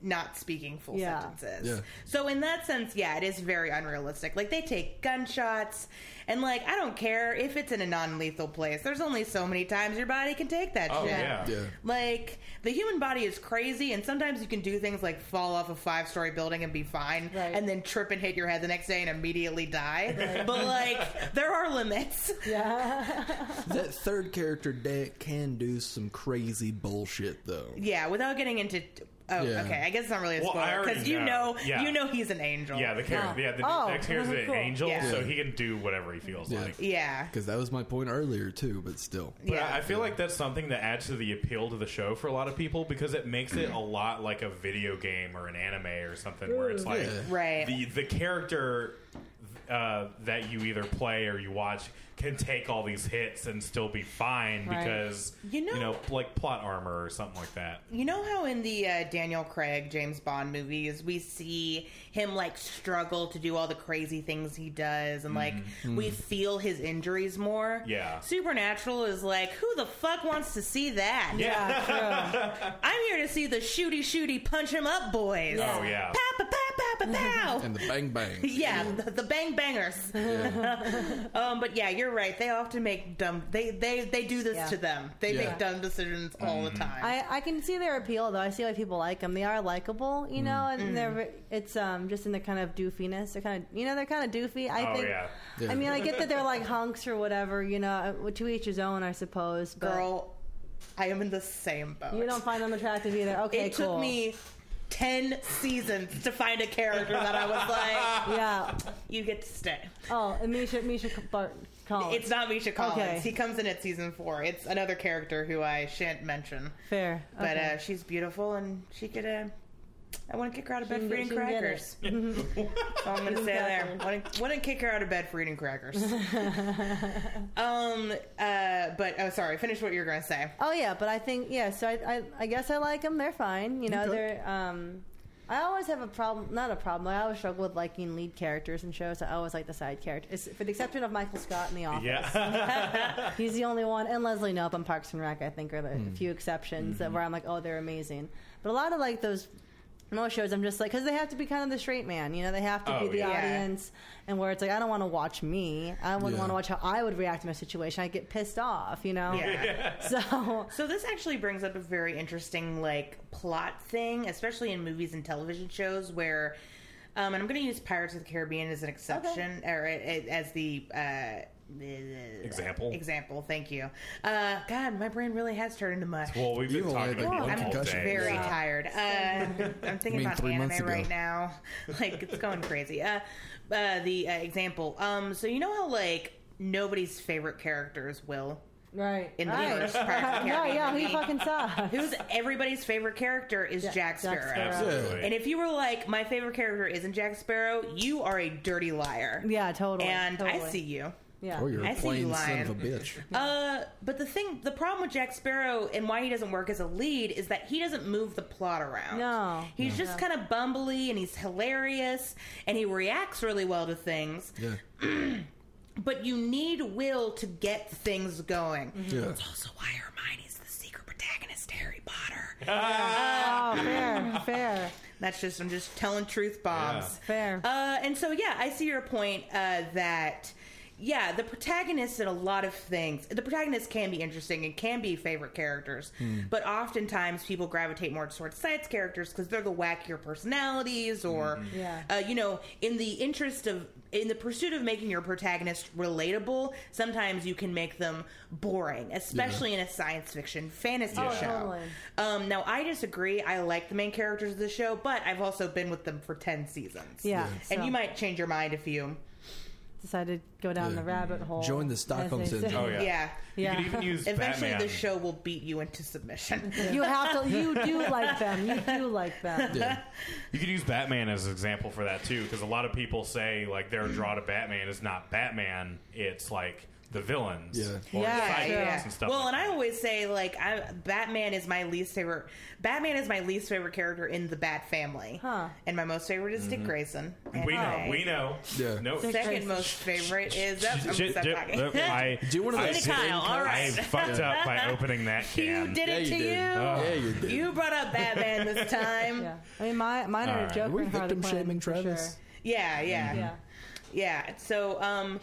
Speaker 1: not speaking full
Speaker 4: Yeah.
Speaker 1: sentences.
Speaker 2: Yeah.
Speaker 1: So in that sense, yeah, it is very unrealistic. Like they take gunshots and like I don't care if it's in a non-lethal place. There's only so many times your body can take that
Speaker 5: Oh
Speaker 1: shit.
Speaker 5: yeah.
Speaker 2: Yeah.
Speaker 1: Like the human body is crazy, and sometimes you can do things like fall off a five-story building and be fine,
Speaker 4: Right.
Speaker 1: and then trip and hit your head the next day and immediately die. But like there are limits.
Speaker 4: yeah,
Speaker 2: That third character Dak can do some crazy bullshit though.
Speaker 1: Yeah, without getting into. Oh,
Speaker 2: Yeah.
Speaker 1: okay. I guess it's not really a
Speaker 5: Well, I
Speaker 1: spoiler
Speaker 5: already
Speaker 1: because you
Speaker 5: know.
Speaker 1: know,
Speaker 5: Yeah.
Speaker 1: you know he's an angel.
Speaker 5: Yeah, the character. Yeah, the
Speaker 4: Oh,
Speaker 5: next character is an
Speaker 4: cool.
Speaker 5: angel,
Speaker 1: Yeah.
Speaker 5: so
Speaker 2: Yeah.
Speaker 5: he can do whatever he feels
Speaker 2: Yeah.
Speaker 5: like.
Speaker 1: yeah,
Speaker 2: Because that was my point earlier too, but still.
Speaker 5: But
Speaker 1: yeah.
Speaker 5: I, I feel like that's something that adds to the appeal to the show for a lot of people because it makes it a lot like a video game or an anime or something where it's like
Speaker 2: Yeah.
Speaker 1: Mm, Right.
Speaker 5: the the character uh, that you either play or you watch can take all these hits and still be fine
Speaker 4: Right.
Speaker 5: because
Speaker 1: You know-
Speaker 5: like plot armor or something like that.
Speaker 1: you know how in the uh, Daniel Craig James Bond movies we see him like struggle to do all the crazy things he does, and like we feel his injuries more.
Speaker 5: Mm-hmm. Yeah.
Speaker 1: Supernatural is like, who the fuck wants to see that?
Speaker 4: yeah, true.
Speaker 1: I'm here to see the shooty shooty punch him up boys.
Speaker 5: Oh yeah.
Speaker 1: Pow, pow, pow, pow, pow, pow.
Speaker 2: And the bang bang.
Speaker 1: yeah, the, the bang bangers.
Speaker 2: yeah.
Speaker 1: Um, but yeah, you're right. They often make dumb. They they they do this
Speaker 4: Yeah.
Speaker 1: to them. They
Speaker 2: Yeah.
Speaker 1: make dumb decisions all the time.
Speaker 4: I, I can see their appeal though. I see why people like them. They are likable,
Speaker 1: Mm.
Speaker 4: you know, and they're ve- it's um just in the kind of doofiness. They're kind of you know they're kind of doofy. I
Speaker 5: Oh,
Speaker 4: think.
Speaker 5: yeah.
Speaker 2: Yeah.
Speaker 4: I mean, I get that they're like hunks or whatever, you know. uh, To each his own, I suppose. But
Speaker 1: Girl, I am in the same boat.
Speaker 4: you don't find them attractive either. Okay,
Speaker 1: it
Speaker 4: cool.
Speaker 1: took me ten seasons to find a character that I was like,
Speaker 4: Yeah.
Speaker 1: you get to stay.
Speaker 4: Oh, and Misha Misha Bart Collins.
Speaker 1: It's not Misha Collins.
Speaker 4: Oh. Okay.
Speaker 1: He comes in at season four. It's another character who I shan't mention.
Speaker 4: fair,
Speaker 1: But
Speaker 4: Okay.
Speaker 1: uh, she's beautiful, and she could. Uh, I want to kick her out of bed
Speaker 4: can
Speaker 1: for
Speaker 4: get-
Speaker 1: eating
Speaker 4: she can get
Speaker 1: crackers. That's all I'm going to say there. Wouldn't, wouldn't kick her out of bed for eating crackers. um. Uh. But oh, sorry. Finish what you were going to say.
Speaker 4: Oh yeah, but I think yeah. So I, I, I guess I like them. They're fine. You know,
Speaker 2: Okay.
Speaker 4: they're. Um, I always have a problem. Not a problem. I always struggle with liking lead characters in shows. I always like the side characters, for the exception of Michael Scott in The Office.
Speaker 5: Yeah. Mm-hmm.
Speaker 4: He's the only one, and Leslie Knope on Parks and Rec. I think are the few exceptions that where I'm like, oh, they're amazing. But a lot of like those. Most shows, I'm just like, because they have to be kind of the straight man, you know, they have to
Speaker 5: Oh,
Speaker 4: be the
Speaker 5: yeah.
Speaker 4: audience, and where it's like, I don't want to watch me, I wouldn't
Speaker 2: Yeah.
Speaker 4: want to watch how I would react in a situation. I get pissed off, you know.
Speaker 1: Yeah.
Speaker 4: So
Speaker 1: So this actually brings up a very interesting like plot thing, especially in movies and television shows where. Um, and I'm going to use Pirates of the Caribbean as an exception, or a- a- as the uh,
Speaker 5: Example.
Speaker 1: Example, thank you. Uh, God, my brain really has turned into mush.
Speaker 5: Well, we've been
Speaker 2: You've only
Speaker 5: talking
Speaker 2: had, like,
Speaker 5: about
Speaker 2: one
Speaker 5: people all
Speaker 1: I'm
Speaker 2: concussion.
Speaker 5: day.
Speaker 1: very
Speaker 5: Yeah.
Speaker 1: tired. Uh, I'm thinking
Speaker 2: mean,
Speaker 1: about
Speaker 2: three months
Speaker 1: anime
Speaker 2: ago.
Speaker 1: right now. Like it's going crazy. Uh, uh, the uh, example. Um, so you know how like nobody's favorite character is Will.
Speaker 4: Right.
Speaker 1: In the
Speaker 4: right.
Speaker 1: first Pirates of the
Speaker 4: yeah,
Speaker 1: Caribbean
Speaker 4: yeah, he
Speaker 1: movie.
Speaker 4: fucking sucks.
Speaker 1: Who's everybody's favorite character is
Speaker 4: Yeah,
Speaker 1: Jack
Speaker 4: Jack
Speaker 1: Sparrow.
Speaker 4: Sparrow.
Speaker 5: Absolutely.
Speaker 1: And if you were like, my favorite character isn't Jack Sparrow, you are a dirty liar.
Speaker 4: Yeah, totally.
Speaker 1: And I
Speaker 4: totally.
Speaker 1: see you.
Speaker 4: Yeah.
Speaker 2: Oh, you're
Speaker 1: I
Speaker 2: a
Speaker 1: see you
Speaker 2: plain son
Speaker 1: lying.
Speaker 2: of a bitch.
Speaker 1: Uh, but the thing, the problem with Jack Sparrow and why he doesn't work as a lead is that he doesn't move the plot around.
Speaker 4: No.
Speaker 1: he's just kind of bumbly and he's hilarious and he reacts really well to things.
Speaker 2: Yeah.
Speaker 1: But you need Will to get things going.
Speaker 2: Yeah.
Speaker 1: Also, why Hermione's the secret protagonist, to Harry Potter.
Speaker 4: Oh, fair, fair,
Speaker 1: That's just I'm just telling truth bombs.
Speaker 4: fair.
Speaker 1: Uh, and so yeah, I see your point uh, that yeah, the protagonist in a lot of things, the protagonist can be interesting and can be favorite characters, but oftentimes people gravitate more towards side characters because they're the wackier personalities, or
Speaker 4: Yeah.
Speaker 1: uh, you know, in the interest of in the pursuit of making your protagonist relatable, sometimes you can make them boring, especially in a science fiction fantasy
Speaker 4: Oh,
Speaker 1: show.
Speaker 4: totally.
Speaker 1: Um, now I disagree. I like the main characters of the show, but I've also been with them for ten seasons.
Speaker 4: Yeah,
Speaker 1: and
Speaker 4: so-
Speaker 1: you might change your mind if you.
Speaker 4: Decided to go down
Speaker 2: Yeah.
Speaker 4: the rabbit
Speaker 1: Mm.
Speaker 4: hole.
Speaker 2: Join the
Speaker 4: as
Speaker 2: Stockholm
Speaker 4: they say.
Speaker 2: syndrome.
Speaker 5: Oh yeah.
Speaker 1: Yeah.
Speaker 5: You
Speaker 4: Yeah.
Speaker 5: could even use
Speaker 1: Eventually,
Speaker 5: Batman.
Speaker 1: the show will beat you into submission.
Speaker 4: You have to. You do like them. You do like them.
Speaker 2: Yeah.
Speaker 5: You could use Batman as an example for that too, because a lot of people say like their draw to Batman is not Batman; it's like the villains,
Speaker 2: Yeah.
Speaker 5: or
Speaker 4: Yeah,
Speaker 5: the sidekicks
Speaker 4: sure.
Speaker 5: and stuff.
Speaker 1: well,
Speaker 5: like
Speaker 1: and I
Speaker 5: that.
Speaker 1: always say like I, Batman is my least favorite. Batman is my least favorite character in the Bat family,
Speaker 4: Huh.
Speaker 1: and my most favorite is Dick Grayson. And
Speaker 5: Mm-hmm. we know,
Speaker 1: my
Speaker 5: we know.
Speaker 2: Yeah.
Speaker 5: No,
Speaker 4: Dick
Speaker 1: Second
Speaker 4: Grayson.
Speaker 1: most favorite is that's I'm
Speaker 5: J-
Speaker 1: stop
Speaker 5: j-
Speaker 1: talking.
Speaker 5: look, I
Speaker 2: Do one of
Speaker 5: I
Speaker 2: those
Speaker 5: did-
Speaker 1: Kyle, all
Speaker 5: I
Speaker 1: right.
Speaker 5: fucked up by opening that
Speaker 1: you
Speaker 5: can.
Speaker 1: did
Speaker 2: Yeah,
Speaker 1: it
Speaker 2: you
Speaker 1: to
Speaker 5: Oh,
Speaker 2: did.
Speaker 1: you.
Speaker 2: Yeah, you did.
Speaker 1: You brought up Batman this time.
Speaker 4: Yeah. I mean, my, mine are
Speaker 5: All right.
Speaker 4: joking.
Speaker 2: Are we
Speaker 4: Harley
Speaker 2: victim
Speaker 4: Quinn,
Speaker 2: shaming
Speaker 4: for
Speaker 2: Travis?
Speaker 1: Yeah, yeah,
Speaker 5: Mm-hmm.
Speaker 4: Sure. Yeah.
Speaker 1: yeah. So, um,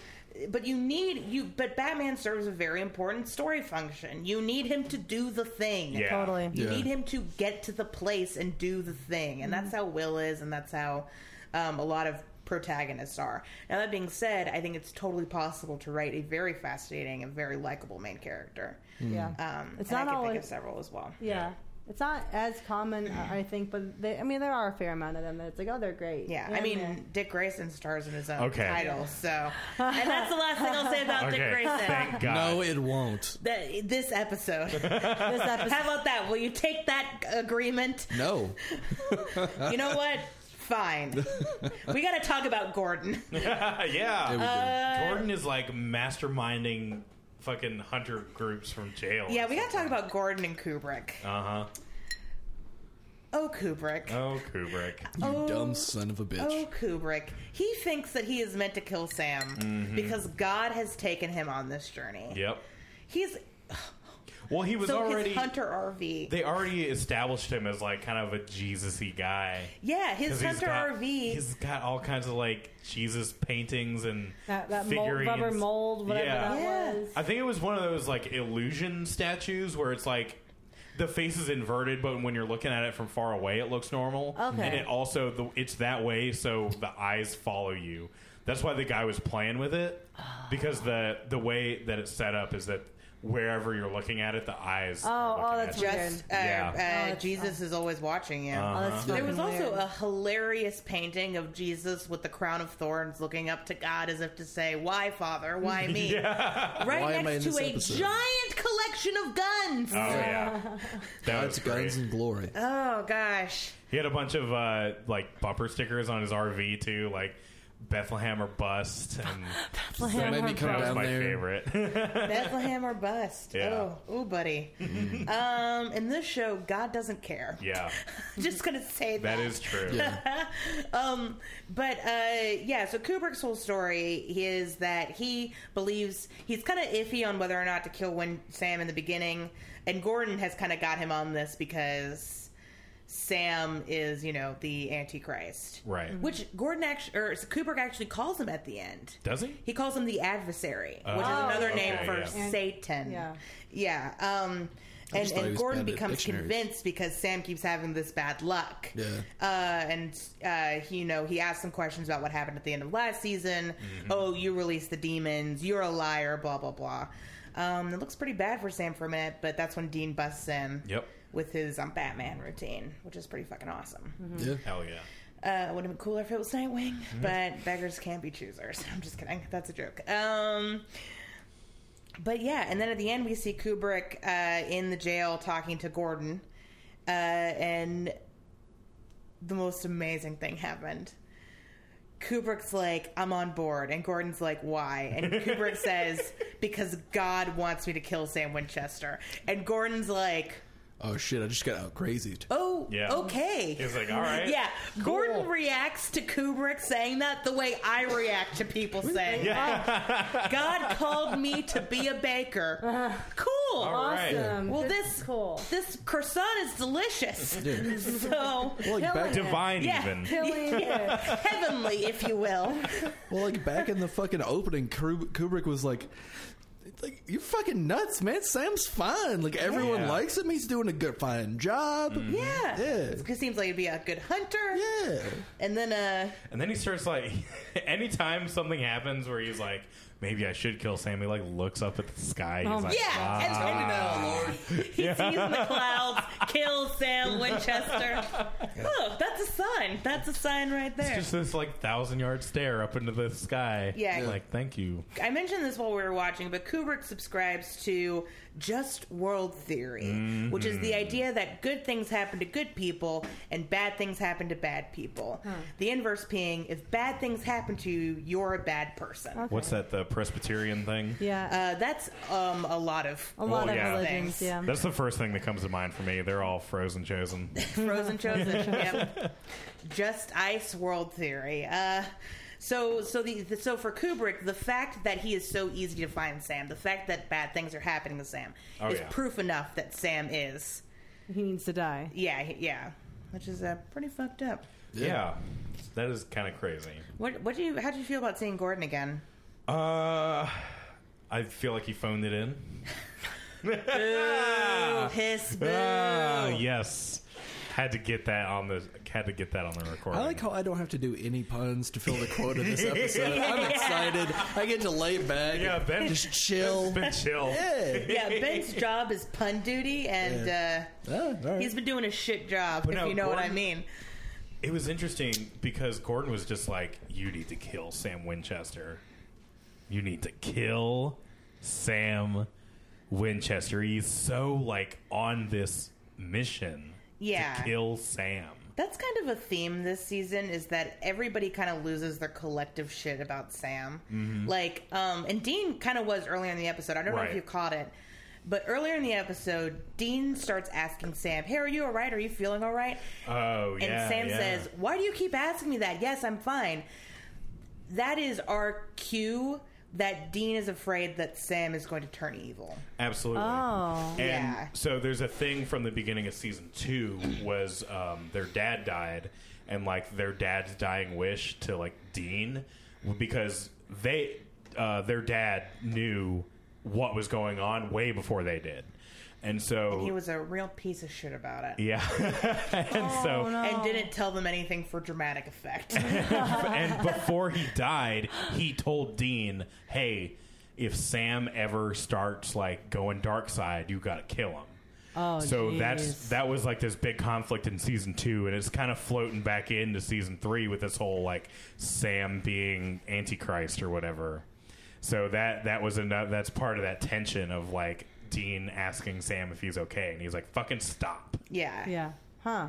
Speaker 1: but you need you, but Batman serves a very important story function. You need him to do the thing.
Speaker 5: Yeah.
Speaker 4: Totally.
Speaker 1: You
Speaker 2: Yeah.
Speaker 1: need him to get to the place and do the thing, and
Speaker 4: Mm-hmm.
Speaker 1: that's how Will is, and that's how um, a lot of protagonists are. Now that being said, I think it's totally possible to write a very fascinating and very likable main character.
Speaker 5: Mm-hmm.
Speaker 4: Yeah.
Speaker 2: Mm.
Speaker 1: Um,
Speaker 4: It's
Speaker 1: and
Speaker 4: not
Speaker 1: I can
Speaker 4: always-
Speaker 1: think of several as well.
Speaker 4: Yeah. It's not as common, I I think, but they, I mean, there are a fair amount of them that it's like, oh, they're great.
Speaker 1: Yeah, I
Speaker 4: Yeah,
Speaker 1: mean,
Speaker 4: man.
Speaker 1: Dick Grayson stars in his own
Speaker 5: Okay.
Speaker 1: title, so and that's the last thing I'll say about Dick
Speaker 5: Okay,
Speaker 1: Grayson.
Speaker 5: thank God.
Speaker 2: No, it won't.
Speaker 1: That- this episode.
Speaker 4: this episode.
Speaker 1: How about that? Will you take that agreement?
Speaker 2: No.
Speaker 1: You know what? Fine. We got to talk about Gordon.
Speaker 5: yeah,
Speaker 1: Uh,
Speaker 2: Yeah,
Speaker 5: Gordon is like masterminding fucking hunter groups from jail.
Speaker 1: Yeah, we got to talk about Gordon and Kubrick.
Speaker 5: Uh huh.
Speaker 1: Oh, Kubrick.
Speaker 5: Oh, Kubrick.
Speaker 2: we do. You
Speaker 1: Oh.
Speaker 2: dumb son of a bitch.
Speaker 1: Oh, Kubrick. He thinks that he is meant to kill Sam
Speaker 5: Mm-hmm.
Speaker 1: because God has taken him on this journey.
Speaker 5: Yep.
Speaker 1: He's
Speaker 5: Well, he was
Speaker 1: so
Speaker 5: already.
Speaker 1: his hunter RV.
Speaker 5: they already established him as like kind of a Jesus-y guy.
Speaker 1: yeah, his
Speaker 5: 'Cause he's
Speaker 1: hunter
Speaker 5: got-
Speaker 1: RV.
Speaker 5: He's got all kinds of like Jesus paintings and
Speaker 4: that that mold,
Speaker 5: figurines.
Speaker 4: rubber mold, whatever
Speaker 5: Yeah.
Speaker 4: that
Speaker 1: Yeah.
Speaker 4: was.
Speaker 5: I think it was one of those like illusion statues where it's like the face is inverted, but when you're looking at it from far away, it looks normal.
Speaker 4: Okay.
Speaker 5: And it also the, it's that way, so the eyes follow you. That's why the guy was playing with it because the the way that it's set up is that wherever you're looking at it, the eyes. are
Speaker 4: Oh,
Speaker 5: looking
Speaker 4: oh,
Speaker 5: at
Speaker 4: that's
Speaker 5: you.
Speaker 4: right.
Speaker 1: just uh,
Speaker 5: Yeah. Uh-huh.
Speaker 1: uh,
Speaker 5: Oh,
Speaker 4: that's-
Speaker 1: Jesus is always watching you.
Speaker 4: Oh, that's
Speaker 1: There
Speaker 2: Yeah.
Speaker 4: fucking
Speaker 1: was also
Speaker 4: weird.
Speaker 1: a hilarious painting of Jesus with the crown of thorns looking up to God as if to say, Why, Father? Why me? Right
Speaker 2: Why am I
Speaker 1: next
Speaker 2: in
Speaker 1: to
Speaker 2: this
Speaker 1: a
Speaker 2: episode? Uh.
Speaker 1: giant collection of guns.
Speaker 5: Oh yeah, that
Speaker 2: That's
Speaker 5: was great.
Speaker 2: guns and glory.
Speaker 1: Oh, gosh.
Speaker 5: He had a bunch of uh, like bumper stickers on his RV too, like Bethlehem or bust. And
Speaker 2: That made me come
Speaker 5: that was
Speaker 2: down
Speaker 5: my
Speaker 2: there.
Speaker 5: favorite.
Speaker 1: Bethlehem or bust.
Speaker 5: Yeah.
Speaker 1: Oh, ooh, buddy.
Speaker 2: Mm-hmm.
Speaker 1: um, in this show, God doesn't care.
Speaker 5: yeah,
Speaker 1: Just going to say
Speaker 5: that is true.
Speaker 2: Yeah.
Speaker 1: Um, but uh, yeah, so Kubrick's whole story is that he believes he's kind of iffy on whether or not to kill Win- Sam in the beginning, and Gordon has kind of got him on this because Sam is, you know, the Antichrist,
Speaker 5: Right.
Speaker 1: Which Gordon actually, or Kubrick actually calls him at the end.
Speaker 5: Does he?
Speaker 1: He calls him the adversary,
Speaker 5: Oh,
Speaker 1: which is another
Speaker 5: okay,
Speaker 1: name for
Speaker 5: yeah.
Speaker 1: Satan.
Speaker 4: Yeah.
Speaker 1: yeah. Um, and,
Speaker 2: just thought he
Speaker 1: and
Speaker 2: was
Speaker 1: Gordon
Speaker 2: bad at
Speaker 1: becomes
Speaker 2: dictionaries.
Speaker 1: convinced because Sam keeps having this bad luck.
Speaker 2: Yeah.
Speaker 1: Uh, and uh, he, you know, he asked some questions about what happened at the end of last season. Oh, you released the demons. You're a liar. Blah blah blah. Um, it looks pretty bad for Sam for a minute, but that's when Dean busts in
Speaker 5: Yep.
Speaker 1: with his um, Batman routine, which is pretty fucking awesome.
Speaker 2: Yeah.
Speaker 5: Hell yeah.
Speaker 1: Uh, it would have been cooler if it was Nightwing, but beggars can't be choosers. I'm just kidding. That's a joke. Um, but yeah, and then at the end we see Kubrick uh, in the jail talking to Gordon, uh, and the most amazing thing happened. Kubrick's like, I'm on board. And Gordon's like, why? And Kubrick says, because God wants me to kill Sam Winchester. And Gordon's like,
Speaker 2: Oh shit! I just got out crazied.
Speaker 1: oh,
Speaker 5: Yeah.
Speaker 1: okay.
Speaker 5: He's like, all right.
Speaker 1: Yeah, Gordon reacts to Kubrick saying that the way I react to people saying, "Oh, "God called me to be a baker." Cool.
Speaker 5: Uh-huh. All right.
Speaker 4: Awesome.
Speaker 1: Well,
Speaker 4: Good-
Speaker 1: this-
Speaker 4: cool.
Speaker 1: This croissant is delicious. so
Speaker 2: Well, like back,
Speaker 5: Divine,
Speaker 1: Yeah.
Speaker 5: even.
Speaker 4: Killing it.
Speaker 1: heavenly, if you will.
Speaker 2: well, like back in the fucking opening, Kru- Kubrick was like, "Like you're fucking nuts, man. Sam's fine. Like everyone
Speaker 5: Yeah. Mm-hmm.
Speaker 2: likes him. He's doing a good, fine job.
Speaker 1: Yeah.
Speaker 2: Yeah.
Speaker 1: It seems like he'd be a good hunter.
Speaker 2: Yeah.
Speaker 1: And then, uh,
Speaker 5: And then he starts like, anytime something happens where he's like, maybe I should kill Sam, he like looks up at the sky. He's like,
Speaker 1: Oh, yeah, and-
Speaker 5: "Ah."
Speaker 1: and, he sees in the clouds, kills Sam Winchester. Oh, that's a sign. That's a sign right there.
Speaker 5: It's just this like thousand yard stare up into the sky.
Speaker 1: Yeah. Yeah.
Speaker 5: Like, thank you.
Speaker 1: I mentioned this while we were watching, but Kubrick subscribes to just world theory, which is the idea that good things happen to good people and bad things happen to bad people. The inverse being, if bad things happen to you, you're a bad person.
Speaker 5: What's that, the Presbyterian thing?
Speaker 4: Yeah.
Speaker 1: Uh, that's um, a lot of
Speaker 4: a lot
Speaker 5: Well,
Speaker 4: of
Speaker 5: yeah.
Speaker 4: religions. Yeah.
Speaker 5: That's the first thing that comes to mind for me. They're all frozen chosen.
Speaker 1: Frozen Chosen. yep. Just ice world theory. Uh, so so the, the so for Kubrick, the fact that he is so easy to find Sam, the fact that bad things are happening to Sam,
Speaker 5: Oh,
Speaker 1: is
Speaker 5: yeah.
Speaker 1: proof enough that Sam is
Speaker 4: uh, He needs to die.
Speaker 1: yeah he- yeah, which is uh, pretty fucked up.
Speaker 5: Yeah. That is kind of crazy.
Speaker 1: What what do you how do you feel about seeing Gordon again?
Speaker 5: Uh, I feel like he phoned it in. Uh,
Speaker 1: Oh, hiss boo.
Speaker 5: Ah, yes. Had to get that on the had to get that on the recording.
Speaker 2: I like how I don't have to do any puns to fill the quote in this episode. I'm excited. I get to lay back.
Speaker 5: Yeah, Ben-
Speaker 2: just chill.
Speaker 5: been chill.
Speaker 2: Yeah.
Speaker 1: yeah, Ben's job is pun duty, and uh,
Speaker 2: Ah, all right.
Speaker 1: he's been doing a shit job. if
Speaker 5: no,
Speaker 1: you know what I
Speaker 5: Gordon-
Speaker 1: mean.
Speaker 5: It was interesting because Gordon was just like, "You need to kill Sam Winchester. You need to kill Sam Winchester. He's so like on this mission
Speaker 1: Yeah.
Speaker 5: to kill Sam."
Speaker 1: That's kind of a theme this season is that everybody kind of loses their collective shit about Sam. Like, um, and Dean kind of was earlier in the episode. I don't know if
Speaker 5: Mm-hmm. Right.
Speaker 1: you caught it, but earlier in the episode, Dean starts asking Sam, Hey, are you all right? Are you feeling all right?
Speaker 5: Oh
Speaker 1: And
Speaker 5: yeah.
Speaker 1: Sam
Speaker 5: yeah.
Speaker 1: says, Why do you keep asking me that? Yes, I'm fine. That is our cue that Dean is afraid that Sam is going to turn evil.
Speaker 5: Absolutely.
Speaker 4: Oh.
Speaker 5: and
Speaker 1: Yeah.
Speaker 5: so there's a thing from the beginning of season two was um, their dad died, and like their dad's dying wish to like Dean because they uh, their dad knew what was going on way before they did, and so
Speaker 1: He was a real piece of shit about it.
Speaker 5: yeah, and so
Speaker 1: And didn't tell them anything for dramatic effect.
Speaker 5: and before he died, he told Dean, "Hey, if Sam ever starts like going dark side, you gotta kill him."
Speaker 4: Oh,
Speaker 5: so
Speaker 4: jeez.
Speaker 5: that's that was like this big conflict in season two, and it's kind of floating back into season three with this whole like Sam being Antichrist or whatever. So that that was another that's part of that tension of like Dean asking Sam if he's okay, and he's like, "Fucking stop."
Speaker 1: yeah.
Speaker 4: Yeah. Huh.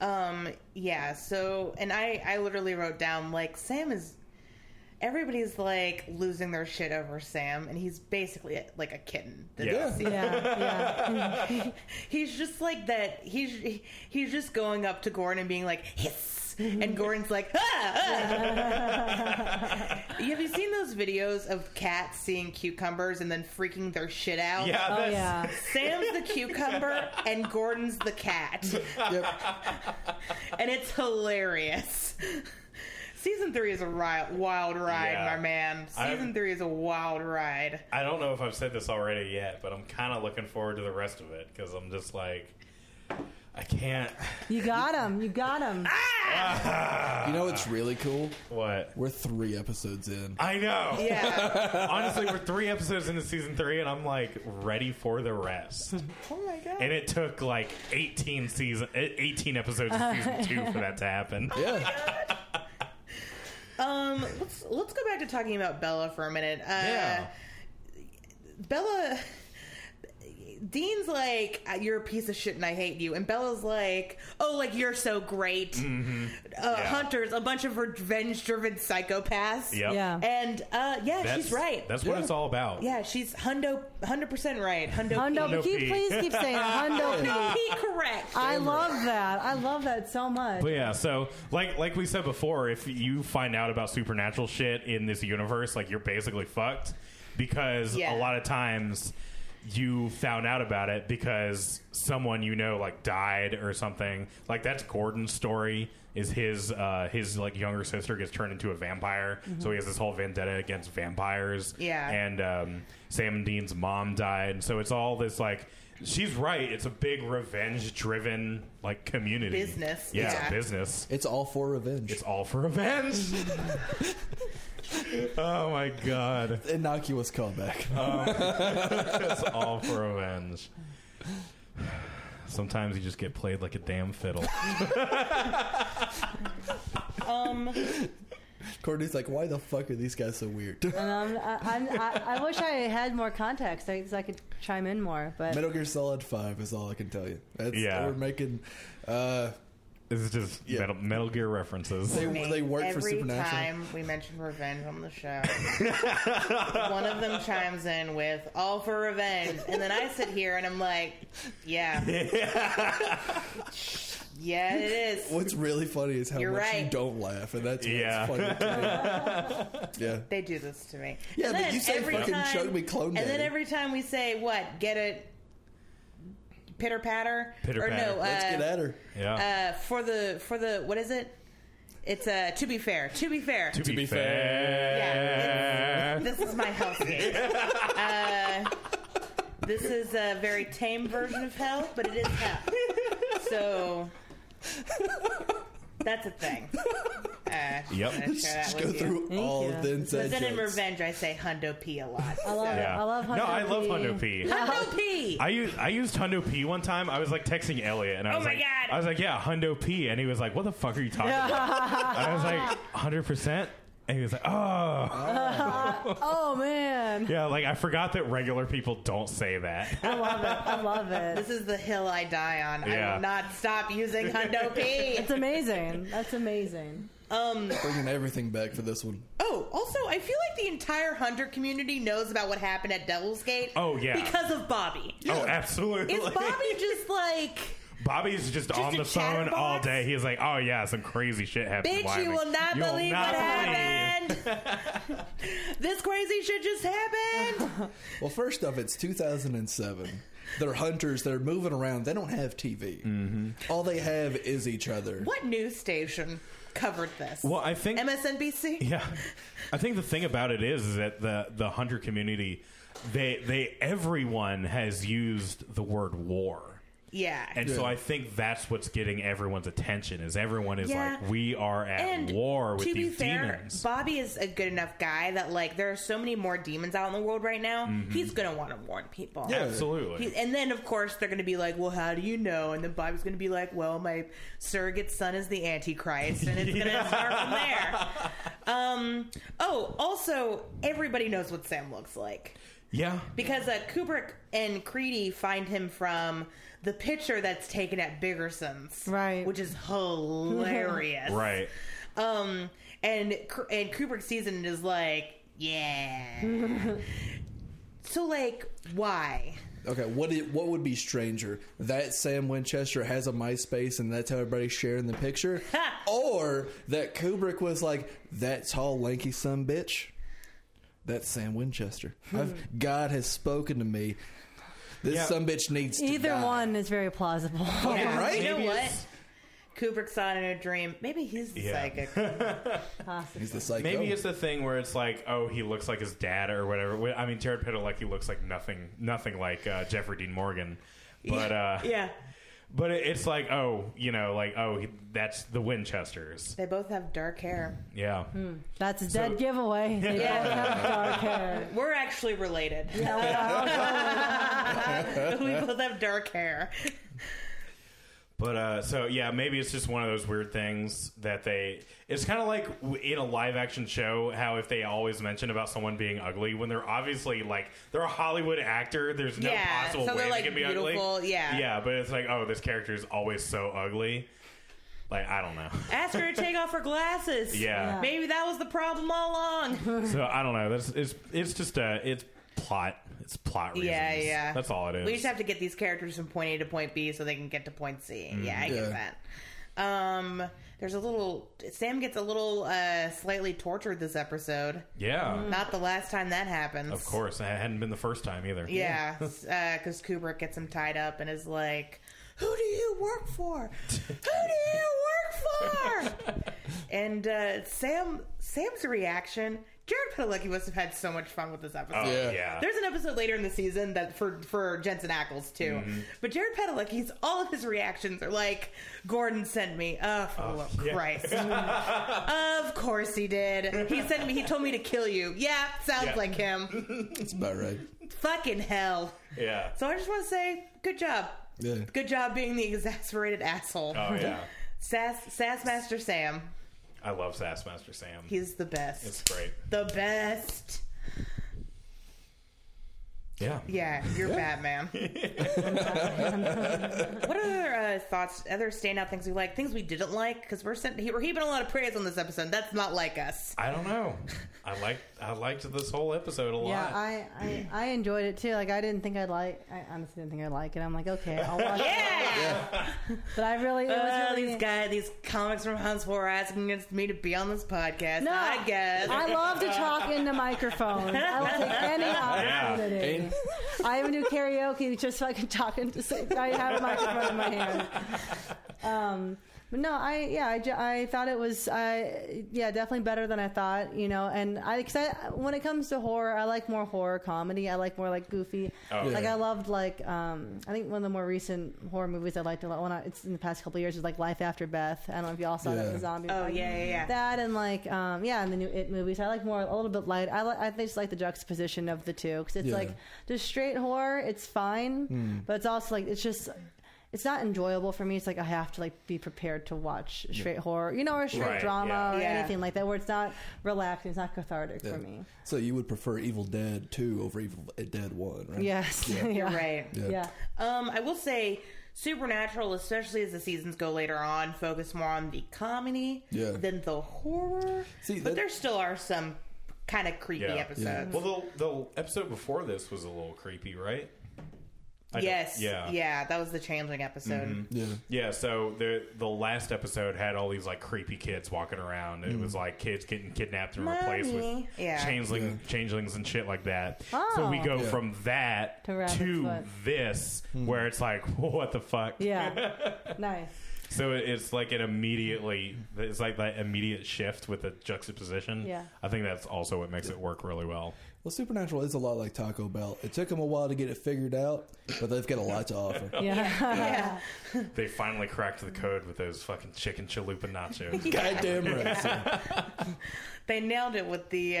Speaker 1: Um, yeah, so and I I literally wrote down like Sam is everybody's like losing their shit over Sam and he's basically like a kitten.
Speaker 5: Yeah.
Speaker 4: Yeah. Yeah.
Speaker 1: He's just like that he's he's just going up to Gordon and being like hiss and Gordon's like ah, ah." Have you seen those videos of cats seeing cucumbers and then freaking their shit out?
Speaker 5: Yeah,
Speaker 4: Oh
Speaker 5: that's,
Speaker 4: yeah.
Speaker 1: Sam's the cucumber and Gordon's the cat.
Speaker 2: Yep.
Speaker 1: and it's hilarious. Season three is a ri wild ride,
Speaker 5: Yeah.
Speaker 1: my man. Season
Speaker 5: I'm-
Speaker 1: three is a wild ride.
Speaker 5: I don't know if I've said this already yet, but I'm kind of looking forward to the rest of it because I'm just like, I can't.
Speaker 4: You got him. You got him.
Speaker 2: You know what's really cool?
Speaker 5: What?
Speaker 2: We're three episodes in.
Speaker 5: I know.
Speaker 1: Yeah.
Speaker 5: Honestly, we're three episodes into season three, and I'm like ready for the rest.
Speaker 1: oh my god.
Speaker 5: And it took like 18 season, eh, 18 episodes of season two for that to happen.
Speaker 2: Yeah.
Speaker 1: Um, let's let's go back to talking about Bella for a minute. Uh,
Speaker 5: Yeah.
Speaker 1: Bella. Dean's like, you're a piece of shit and I hate you. And Bella's like, oh, like, you're so great. Uh,
Speaker 5: Mm-hmm. Yeah.
Speaker 1: Hunter's a bunch of revenge driven psychopaths.
Speaker 5: Yep.
Speaker 4: Yeah.
Speaker 1: And uh, yeah,
Speaker 5: That's,
Speaker 1: she's right.
Speaker 5: That's what
Speaker 2: Yeah.
Speaker 5: it's all about.
Speaker 1: yeah, she's hundo, 100% right. Hundo,
Speaker 4: Hundo,
Speaker 5: Hundo
Speaker 4: keep,
Speaker 5: P.
Speaker 4: please keep saying it. Hundo Uh,
Speaker 1: P.
Speaker 4: P.
Speaker 1: No, P correct.
Speaker 4: I love that. I love that so much.
Speaker 5: But yeah, so like like we said before, if you find out about supernatural shit in this universe, like you're basically fucked because
Speaker 1: Yeah.
Speaker 5: a lot of times you found out about it because someone you know like died or something. Like that's Gordon's story. Is his uh, his like younger sister gets turned into a vampire, so he has this whole vendetta against vampires.
Speaker 1: Mm-hmm. Yeah.
Speaker 5: and um, Sam and Dean's mom died, so it's all this like. She's right. It's a big revenge-driven like community
Speaker 1: Business,
Speaker 5: Yeah, it's a
Speaker 1: yeah.
Speaker 5: business.
Speaker 2: It's all for revenge.
Speaker 5: It's all for revenge. oh my god.
Speaker 2: Innocuous callback.
Speaker 5: It's all for revenge. Sometimes you just get played like a damn fiddle.
Speaker 2: Courtney's like, why the fuck are these guys so weird?
Speaker 4: And I'm, Um, I, I'm, I, I wish I had more context I- so I could chime in more. But
Speaker 2: Metal Gear Solid Five is all I can tell you. That's,
Speaker 5: Yeah.
Speaker 2: we're making. Uh,
Speaker 5: This is just
Speaker 2: Yeah.
Speaker 5: metal, metal Gear references.
Speaker 2: they they work
Speaker 1: Every
Speaker 2: for Supernatural.
Speaker 1: time we mention revenge on the show, one of them chimes in with "all for revenge," and then I sit here and I'm like, "Yeah, yeah, it is."
Speaker 2: What's really funny is how
Speaker 1: You're
Speaker 2: much you
Speaker 1: right.
Speaker 2: don't laugh, and that's
Speaker 5: Yeah.
Speaker 2: yeah. what's funny. To me. yeah,
Speaker 1: They do this to me.
Speaker 2: Yeah,
Speaker 1: and
Speaker 2: but
Speaker 1: then
Speaker 2: you say
Speaker 1: every
Speaker 2: fucking
Speaker 1: time,
Speaker 2: chug me clone
Speaker 1: And then
Speaker 2: daddy.
Speaker 1: every time we say what, get it, pitter patter,
Speaker 5: Pitter
Speaker 1: or
Speaker 5: patter.
Speaker 1: no,
Speaker 2: let's
Speaker 1: uh,
Speaker 2: get at her.
Speaker 5: Yeah.
Speaker 1: uh, for the for the what is it? It's uh, to be fair. To be fair.
Speaker 5: to, be,
Speaker 2: be
Speaker 1: Yeah,
Speaker 5: fair.
Speaker 1: This is my house game. Uh, this is a very tame version of hell, but it is hell. So that's a thing. Uh, just
Speaker 5: Yep.
Speaker 1: wanted to share that
Speaker 2: Just
Speaker 1: with
Speaker 2: go
Speaker 1: you.
Speaker 2: through
Speaker 4: Thank
Speaker 2: all
Speaker 4: you.
Speaker 2: of the
Speaker 1: But
Speaker 2: inside
Speaker 1: then in
Speaker 2: jokes.
Speaker 1: revenge, I say Hundo P a lot.
Speaker 4: I love it.
Speaker 5: Yeah.
Speaker 4: I love Hundo
Speaker 5: No, I love
Speaker 4: P.
Speaker 5: Hundo P.
Speaker 1: Hundo P.
Speaker 5: I used I used Hundo P one time. I was like texting Elliot, and I
Speaker 1: Oh
Speaker 5: was
Speaker 1: my
Speaker 5: like,
Speaker 1: God.
Speaker 5: I was like, yeah, Hundo P, and he was like, what the fuck are you talking about? And I was like, hundred percent, and he was like, oh,
Speaker 4: Oh, man.
Speaker 5: yeah, like I forgot that regular people don't say that.
Speaker 4: I love it. I love it.
Speaker 1: This is the hill I die on. I
Speaker 5: Yeah.
Speaker 1: will not stop using Hundo P.
Speaker 4: It's amazing. That's amazing.
Speaker 2: Bringing everything back for this one.
Speaker 1: Oh, also, I feel like the entire Hunter community knows about what happened at Devil's Gate.
Speaker 5: Oh, yeah.
Speaker 1: because of Bobby.
Speaker 5: Oh, absolutely.
Speaker 1: Is Bobby just like,
Speaker 5: Bobby's just, on
Speaker 1: a
Speaker 5: the phone
Speaker 1: chatterbox?
Speaker 5: all day. He's like, oh yeah, some crazy shit happened. in
Speaker 1: bitch, you
Speaker 5: Wyoming.
Speaker 1: will not
Speaker 5: You will
Speaker 1: believe
Speaker 5: not
Speaker 1: what
Speaker 5: believe."
Speaker 1: happened? this crazy shit just happened.
Speaker 2: Well, first off, it's 2007. They're hunters. They're moving around. They don't have TV. Mm-hmm. All they have is each other.
Speaker 1: what news station covered this?
Speaker 5: Well, I think
Speaker 1: MSNBC?
Speaker 5: Yeah, I think the thing about it is, is that the the hunter community, they they everyone has used the word war,
Speaker 1: Yeah.
Speaker 5: and so
Speaker 2: Yeah.
Speaker 5: I think that's what's getting everyone's attention. Is everyone is
Speaker 1: Yeah.
Speaker 5: like, we are at
Speaker 1: and
Speaker 5: war with
Speaker 1: to
Speaker 5: these
Speaker 1: be fair,
Speaker 5: demons.
Speaker 1: Bobby is a good enough guy that like there are so many more demons out in the world right now.
Speaker 5: Mm-hmm.
Speaker 1: He's gonna want to warn people.
Speaker 2: Yeah.
Speaker 5: Absolutely.
Speaker 1: He- and then, of course, they're going to be like, "Well, how do you know?" And then Bobby's going to be like, "Well, my surrogate son is the Antichrist," and it's going to start from there. Um, oh, also, everybody knows what Sam looks like
Speaker 5: yeah.
Speaker 1: because uh, Kubrick and Creedy find him from the picture that's taken at Biggerson's,
Speaker 4: Right.
Speaker 1: Which is hilarious,
Speaker 5: Right.
Speaker 1: um, and Ku- and Kubrick sees it and is like, "Yeah." so, like, why?
Speaker 2: Okay, what i- what would be stranger that Sam Winchester has a MySpace and that's how everybody's sharing the picture, or that Kubrick was like that tall lanky son bitch? That's Sam Winchester.
Speaker 1: Hmm.
Speaker 2: I've, God has spoken to me. This
Speaker 5: Yeah.
Speaker 2: son bitch needs to
Speaker 4: Either
Speaker 2: die.
Speaker 4: one is very plausible.
Speaker 2: Yeah, right?
Speaker 1: You know
Speaker 5: Maybe
Speaker 1: what?
Speaker 5: it's-
Speaker 1: Kubrick saw it in a dream. Maybe he's the
Speaker 5: Yeah.
Speaker 1: psychic.
Speaker 2: He's the psycho.
Speaker 5: Maybe it's the thing where it's like, oh, he looks like his dad or whatever. Wh- I mean, Jared Padalecki looks like nothing, nothing like uh, Jeffrey Dean Morgan. But uh,
Speaker 1: yeah.
Speaker 5: But it, it's like, oh, you know, like, oh, he- that's the Winchesters.
Speaker 1: They both have dark hair.
Speaker 5: Yeah.
Speaker 4: That's a dead
Speaker 5: So-
Speaker 4: giveaway. They
Speaker 1: Yeah.
Speaker 4: don't have dark hair.
Speaker 1: We're actually related. we both have dark hair.
Speaker 5: But uh, so yeah, maybe it's just one of those weird things that they. It's kind of like w- in a live action show, how if they always mention about someone being ugly when they're obviously like they're a Hollywood actor. There's no
Speaker 1: Yeah,
Speaker 5: possible
Speaker 1: so
Speaker 5: way
Speaker 1: they're, like,
Speaker 5: they can be
Speaker 1: beautiful,
Speaker 5: ugly.
Speaker 1: yeah.
Speaker 5: yeah, but it's like oh, this character is always so ugly. Like I don't know.
Speaker 1: Ask her to take off her glasses.
Speaker 5: Yeah.
Speaker 1: Maybe that was the problem all along.
Speaker 5: so I don't know. That's it's it's just uh it's plot. It's plot reasons.
Speaker 1: Yeah, yeah.
Speaker 5: That's all it is.
Speaker 1: We just have to get these characters from point A to point B so they can get to point C.
Speaker 5: Mm-hmm.
Speaker 1: yeah, I get
Speaker 2: Yeah.
Speaker 1: that. Um, there's a little. Sam gets a little uh, slightly tortured this episode.
Speaker 5: yeah.
Speaker 1: Not the last time that happens.
Speaker 5: Of course, it hadn't been the first time either.
Speaker 1: Yeah, because Kubrick gets him tied up and is like, "Who do you work for? Who do you work for?" and uh, Sam, Sam's reaction. Jared Padalecki must have had so much fun with this episode.
Speaker 5: Oh,
Speaker 2: Yeah.
Speaker 5: yeah.
Speaker 1: There's an episode later in the season that for for Jensen Ackles too, but Jared Padalecki's all of his reactions are like, "Gordon sent me." Oh, for the love of
Speaker 5: yeah.
Speaker 1: Christ! of course he did. He sent me. He told me to kill you. Yeah, sounds
Speaker 5: Yeah.
Speaker 1: like him.
Speaker 2: That's about right.
Speaker 1: Fucking hell.
Speaker 5: yeah.
Speaker 1: So I just want to say, good job.
Speaker 2: Yeah.
Speaker 1: Good job being the exasperated asshole.
Speaker 5: Oh yeah.
Speaker 1: Sass, Sass Master Sam.
Speaker 5: I love Sassmaster Sam.
Speaker 1: He's the best.
Speaker 5: it's great.
Speaker 1: the best.
Speaker 5: Yeah.
Speaker 1: Yeah, you're Batman. what other uh, thoughts, other standout things we like, things we didn't like? Because we're sent, he, we're heaping a lot of praise on this episode. That's not like us.
Speaker 5: I don't know. I liked I liked this whole episode a lot.
Speaker 4: Yeah, I, I I enjoyed it too. Like I didn't think I'd like. I honestly didn't think I'd like it. I'm like, okay, I'll watch it.
Speaker 1: Yeah,
Speaker 4: But I really, it was
Speaker 1: Uh,
Speaker 4: really.
Speaker 1: these guys, these comics from Huntsville are asking against me to be on this podcast.
Speaker 4: No.
Speaker 1: I guess.
Speaker 4: I love to talk into microphones. I will take any opportunity.
Speaker 2: And
Speaker 4: I even do karaoke just so I can talk into. So I have a microphone in my hand. Um, but no, I yeah, I, ju- I thought it was I yeah definitely better than I thought. You know, and I because I when it comes to horror, I like more horror comedy. I like more like goofy.
Speaker 5: Oh.
Speaker 4: Like
Speaker 2: Yeah.
Speaker 4: I loved like um, I think one of the more recent horror movies I liked a lot. When I, it's in the past couple of years is like Life After Beth. I don't know if you all saw that
Speaker 2: Yeah.
Speaker 4: the zombie.
Speaker 1: oh,
Speaker 4: one.
Speaker 1: yeah, yeah, yeah.
Speaker 4: That and like um, yeah, and the new It movies. I like more a little bit light. I li- I just like the juxtaposition of the two because it's
Speaker 2: Yeah. Hmm.
Speaker 4: like just straight horror. It's fine, but it's also like it's just it's not enjoyable for me. It's like I have to like be prepared to watch straight horror, you know, or straight
Speaker 5: Right,
Speaker 4: drama
Speaker 5: yeah.
Speaker 4: or
Speaker 1: Yeah.
Speaker 4: anything like that, where it's not relaxing. It's not cathartic for me.
Speaker 2: So you would prefer Evil Dead 2 over Evil Dead 1, right?
Speaker 4: Yes, yeah.
Speaker 1: You're right.
Speaker 2: Yeah.
Speaker 4: Yeah.
Speaker 1: Um, I will say Supernatural, especially as the seasons go later on, focus more on the comedy
Speaker 2: Yeah.
Speaker 1: than the horror.
Speaker 2: See,
Speaker 1: but
Speaker 2: that-
Speaker 1: there still are some kind of creepy
Speaker 5: Yeah.
Speaker 1: episodes.
Speaker 5: Well, the the episode before this was a little creepy, right? I don't-
Speaker 1: Yes.
Speaker 5: Yeah. Mm-hmm.
Speaker 1: that was the changeling episode.
Speaker 2: Yeah.
Speaker 5: Yeah, so the the last episode had all these like creepy kids walking around. It was like kids getting kidnapped and replaced with
Speaker 1: Mommy. Yeah.
Speaker 5: changeling changelings and shit like that. So we go
Speaker 2: Yeah.
Speaker 5: from that
Speaker 4: Oh. To
Speaker 5: to,
Speaker 4: Rabbit's Foot.
Speaker 5: this, where it's like, what the fuck?
Speaker 4: Yeah. nice.
Speaker 5: So it- it's like an immediately, it's like that immediate shift with the juxtaposition.
Speaker 4: Yeah.
Speaker 5: I think that's also what makes it work really well.
Speaker 2: Well, Supernatural is a lot like Taco Bell. It took them a while to get it figured out, but they've got a lot to offer.
Speaker 4: Yeah.
Speaker 1: Yeah.
Speaker 5: They finally cracked the code with those fucking chicken chalupa nachos.
Speaker 2: Goddamn right. son.
Speaker 1: They nailed it with the uh,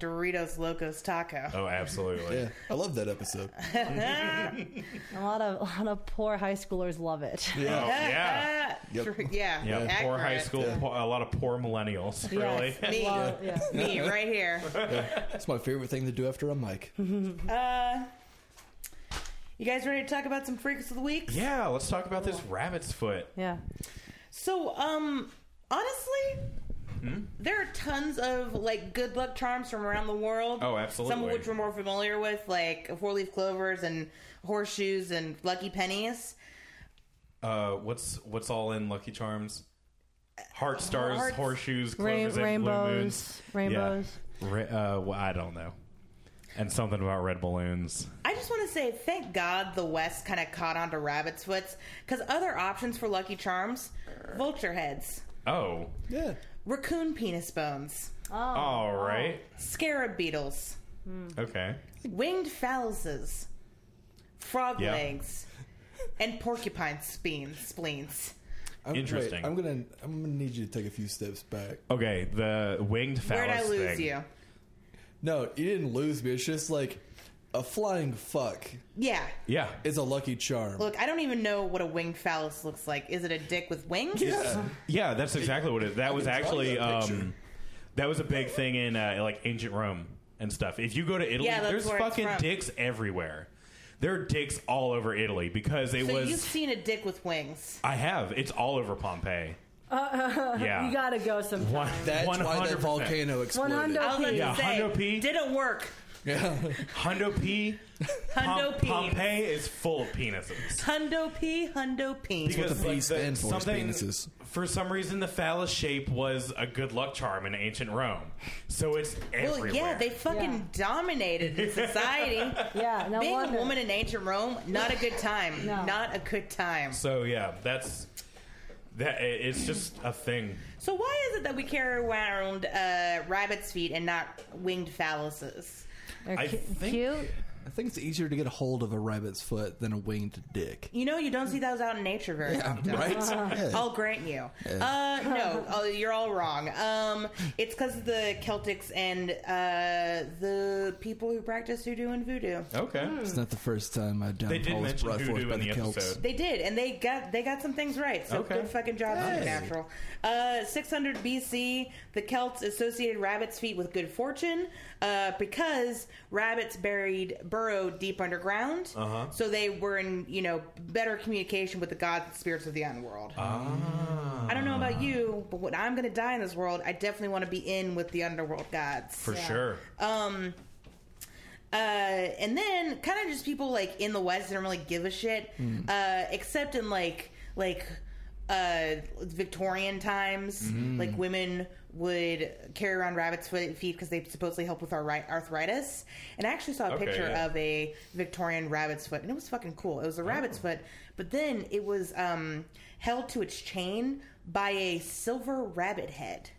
Speaker 1: Doritos Locos Taco.
Speaker 5: oh, absolutely.
Speaker 2: Yeah. I love that episode.
Speaker 4: a lot of a lot of poor high schoolers love it.
Speaker 5: Oh, yeah.
Speaker 2: Yep.
Speaker 1: True- yeah.
Speaker 5: Yeah, poor high
Speaker 1: accurate.
Speaker 5: school, po- a lot of poor millennials, really.
Speaker 4: Yes.
Speaker 1: Me.
Speaker 4: Love- yeah.
Speaker 1: Me right here.
Speaker 2: It's my favorite thing to do after a mic.
Speaker 1: Uh, you guys ready to talk about some freaks of the week?
Speaker 5: Yeah, let's talk about this rabbit's foot.
Speaker 4: Yeah.
Speaker 1: So, um, honestly,
Speaker 5: Hmm?
Speaker 1: there are tons of like good luck charms from around the world.
Speaker 5: Oh, absolutely.
Speaker 1: Some of which we're more familiar with, like four leaf clovers and horseshoes and lucky pennies.
Speaker 5: Uh, what's what's all in Lucky Charms? Heart stars,
Speaker 1: Hearts.
Speaker 5: horseshoes,
Speaker 4: Rain-
Speaker 5: clovers, and blue moons.
Speaker 4: rainbows. Rainbows.
Speaker 5: Yeah. Ra- uh, well, I don't know. And something about red balloons.
Speaker 1: I just want to say thank God the West kind of caught on to rabbit's foots because other options for lucky charms: vulture heads,
Speaker 5: Oh,
Speaker 2: Yeah.
Speaker 1: raccoon penis bones,
Speaker 4: Oh.
Speaker 5: all right,
Speaker 1: scarab beetles,
Speaker 5: okay.
Speaker 1: winged phalluses, frog
Speaker 5: Yeah.
Speaker 1: legs, and porcupine spleen spleens.
Speaker 2: I'm,
Speaker 5: Interesting.
Speaker 2: Wait, I'm gonna I'm gonna need you to take a few steps back.
Speaker 5: Okay, the winged
Speaker 1: Where'd
Speaker 5: phallus
Speaker 1: I lose
Speaker 5: thing.
Speaker 1: you?
Speaker 2: No, you didn't lose me. It's just like a flying fuck
Speaker 1: Yeah.
Speaker 5: Yeah.
Speaker 2: is a lucky charm.
Speaker 1: Look, I don't even know what a winged phallus looks like. Is it a dick with wings?
Speaker 2: yeah.
Speaker 5: Yeah, that's exactly what it is. That was
Speaker 2: can draw
Speaker 5: actually
Speaker 2: you that picture.
Speaker 5: um, that was a big thing in uh, like ancient Rome and stuff. If you go to Italy,
Speaker 1: Yeah, that's
Speaker 5: there's
Speaker 1: where it's
Speaker 5: fucking
Speaker 1: from.
Speaker 5: dicks everywhere. There are dicks all over Italy because it
Speaker 1: So
Speaker 5: was
Speaker 1: you've seen a dick with wings.
Speaker 5: I have. It's all over Pompeii. yeah.
Speaker 4: You gotta go sometime.
Speaker 5: One,
Speaker 2: That's why that
Speaker 5: 100%.
Speaker 2: volcano exploded.
Speaker 1: I was about to
Speaker 5: Yeah,
Speaker 1: say,
Speaker 5: Hundo P.
Speaker 1: didn't work.
Speaker 2: Yeah.
Speaker 5: Hundo P.
Speaker 1: Hundo
Speaker 5: Pom-
Speaker 1: P.
Speaker 5: Pompeii is full of penises.
Speaker 1: Hundo P. Hundo P.
Speaker 2: what the P
Speaker 5: like,
Speaker 2: stands for, is
Speaker 5: something-
Speaker 2: penises.
Speaker 5: For some reason, the phallus shape was a good luck charm in ancient Rome, so it's everywhere.
Speaker 1: Well, yeah, they fucking dominated society.
Speaker 4: Yeah, no
Speaker 1: Being
Speaker 4: wonder.
Speaker 1: a woman in ancient Rome, not a good time.
Speaker 4: No.
Speaker 1: Not a good time.
Speaker 5: So yeah, that's that. i- It's just a thing.
Speaker 1: So why is it that we carry around uh, rabbit's feet and not winged phalluses?
Speaker 4: They're
Speaker 5: I
Speaker 4: cu-
Speaker 5: think-
Speaker 4: cute.
Speaker 2: I think it's easier to get a hold of a rabbit's foot than a winged dick.
Speaker 1: You know, you don't see those out in nature very often.
Speaker 2: Right? Yeah.
Speaker 1: I'll grant you. Uh, no, oh, you're all wrong. Um, it's because of the Celtics and uh, the people who practice hoodoo and voodoo.
Speaker 5: Okay.
Speaker 1: Hmm.
Speaker 2: It's not the first time my
Speaker 5: They did
Speaker 2: downfall was
Speaker 5: mention
Speaker 2: brought forth
Speaker 5: voodoo
Speaker 2: by
Speaker 5: in
Speaker 2: the,
Speaker 5: the
Speaker 2: Celts.
Speaker 5: episode.
Speaker 1: They did, and they got they got some things right. So
Speaker 5: Okay.
Speaker 1: good fucking job, Supernatural. Uh, 600 BC, the Celts associated rabbits' feet with good fortune uh, because rabbits buried burrowed deep underground, uh-huh. so they were in you know better communication with the gods and spirits of the underworld. I don't know about you, but when I'm going to die in this world, I definitely want to be in with the underworld gods.
Speaker 5: For sure.
Speaker 1: Uh, and then kind of just people like in the West didn't really give a shit,
Speaker 5: Mm.
Speaker 1: uh, except in like like uh, Victorian times,
Speaker 5: Mm.
Speaker 1: like women would carry around rabbit's foot- feet because they supposedly help with our arthritis. And I actually saw a
Speaker 5: Okay,
Speaker 1: picture
Speaker 5: yeah. Oh.
Speaker 1: of a Victorian rabbit's foot, and it was fucking cool. It was a rabbit's foot, but then it was um, held to its chain by a silver rabbit head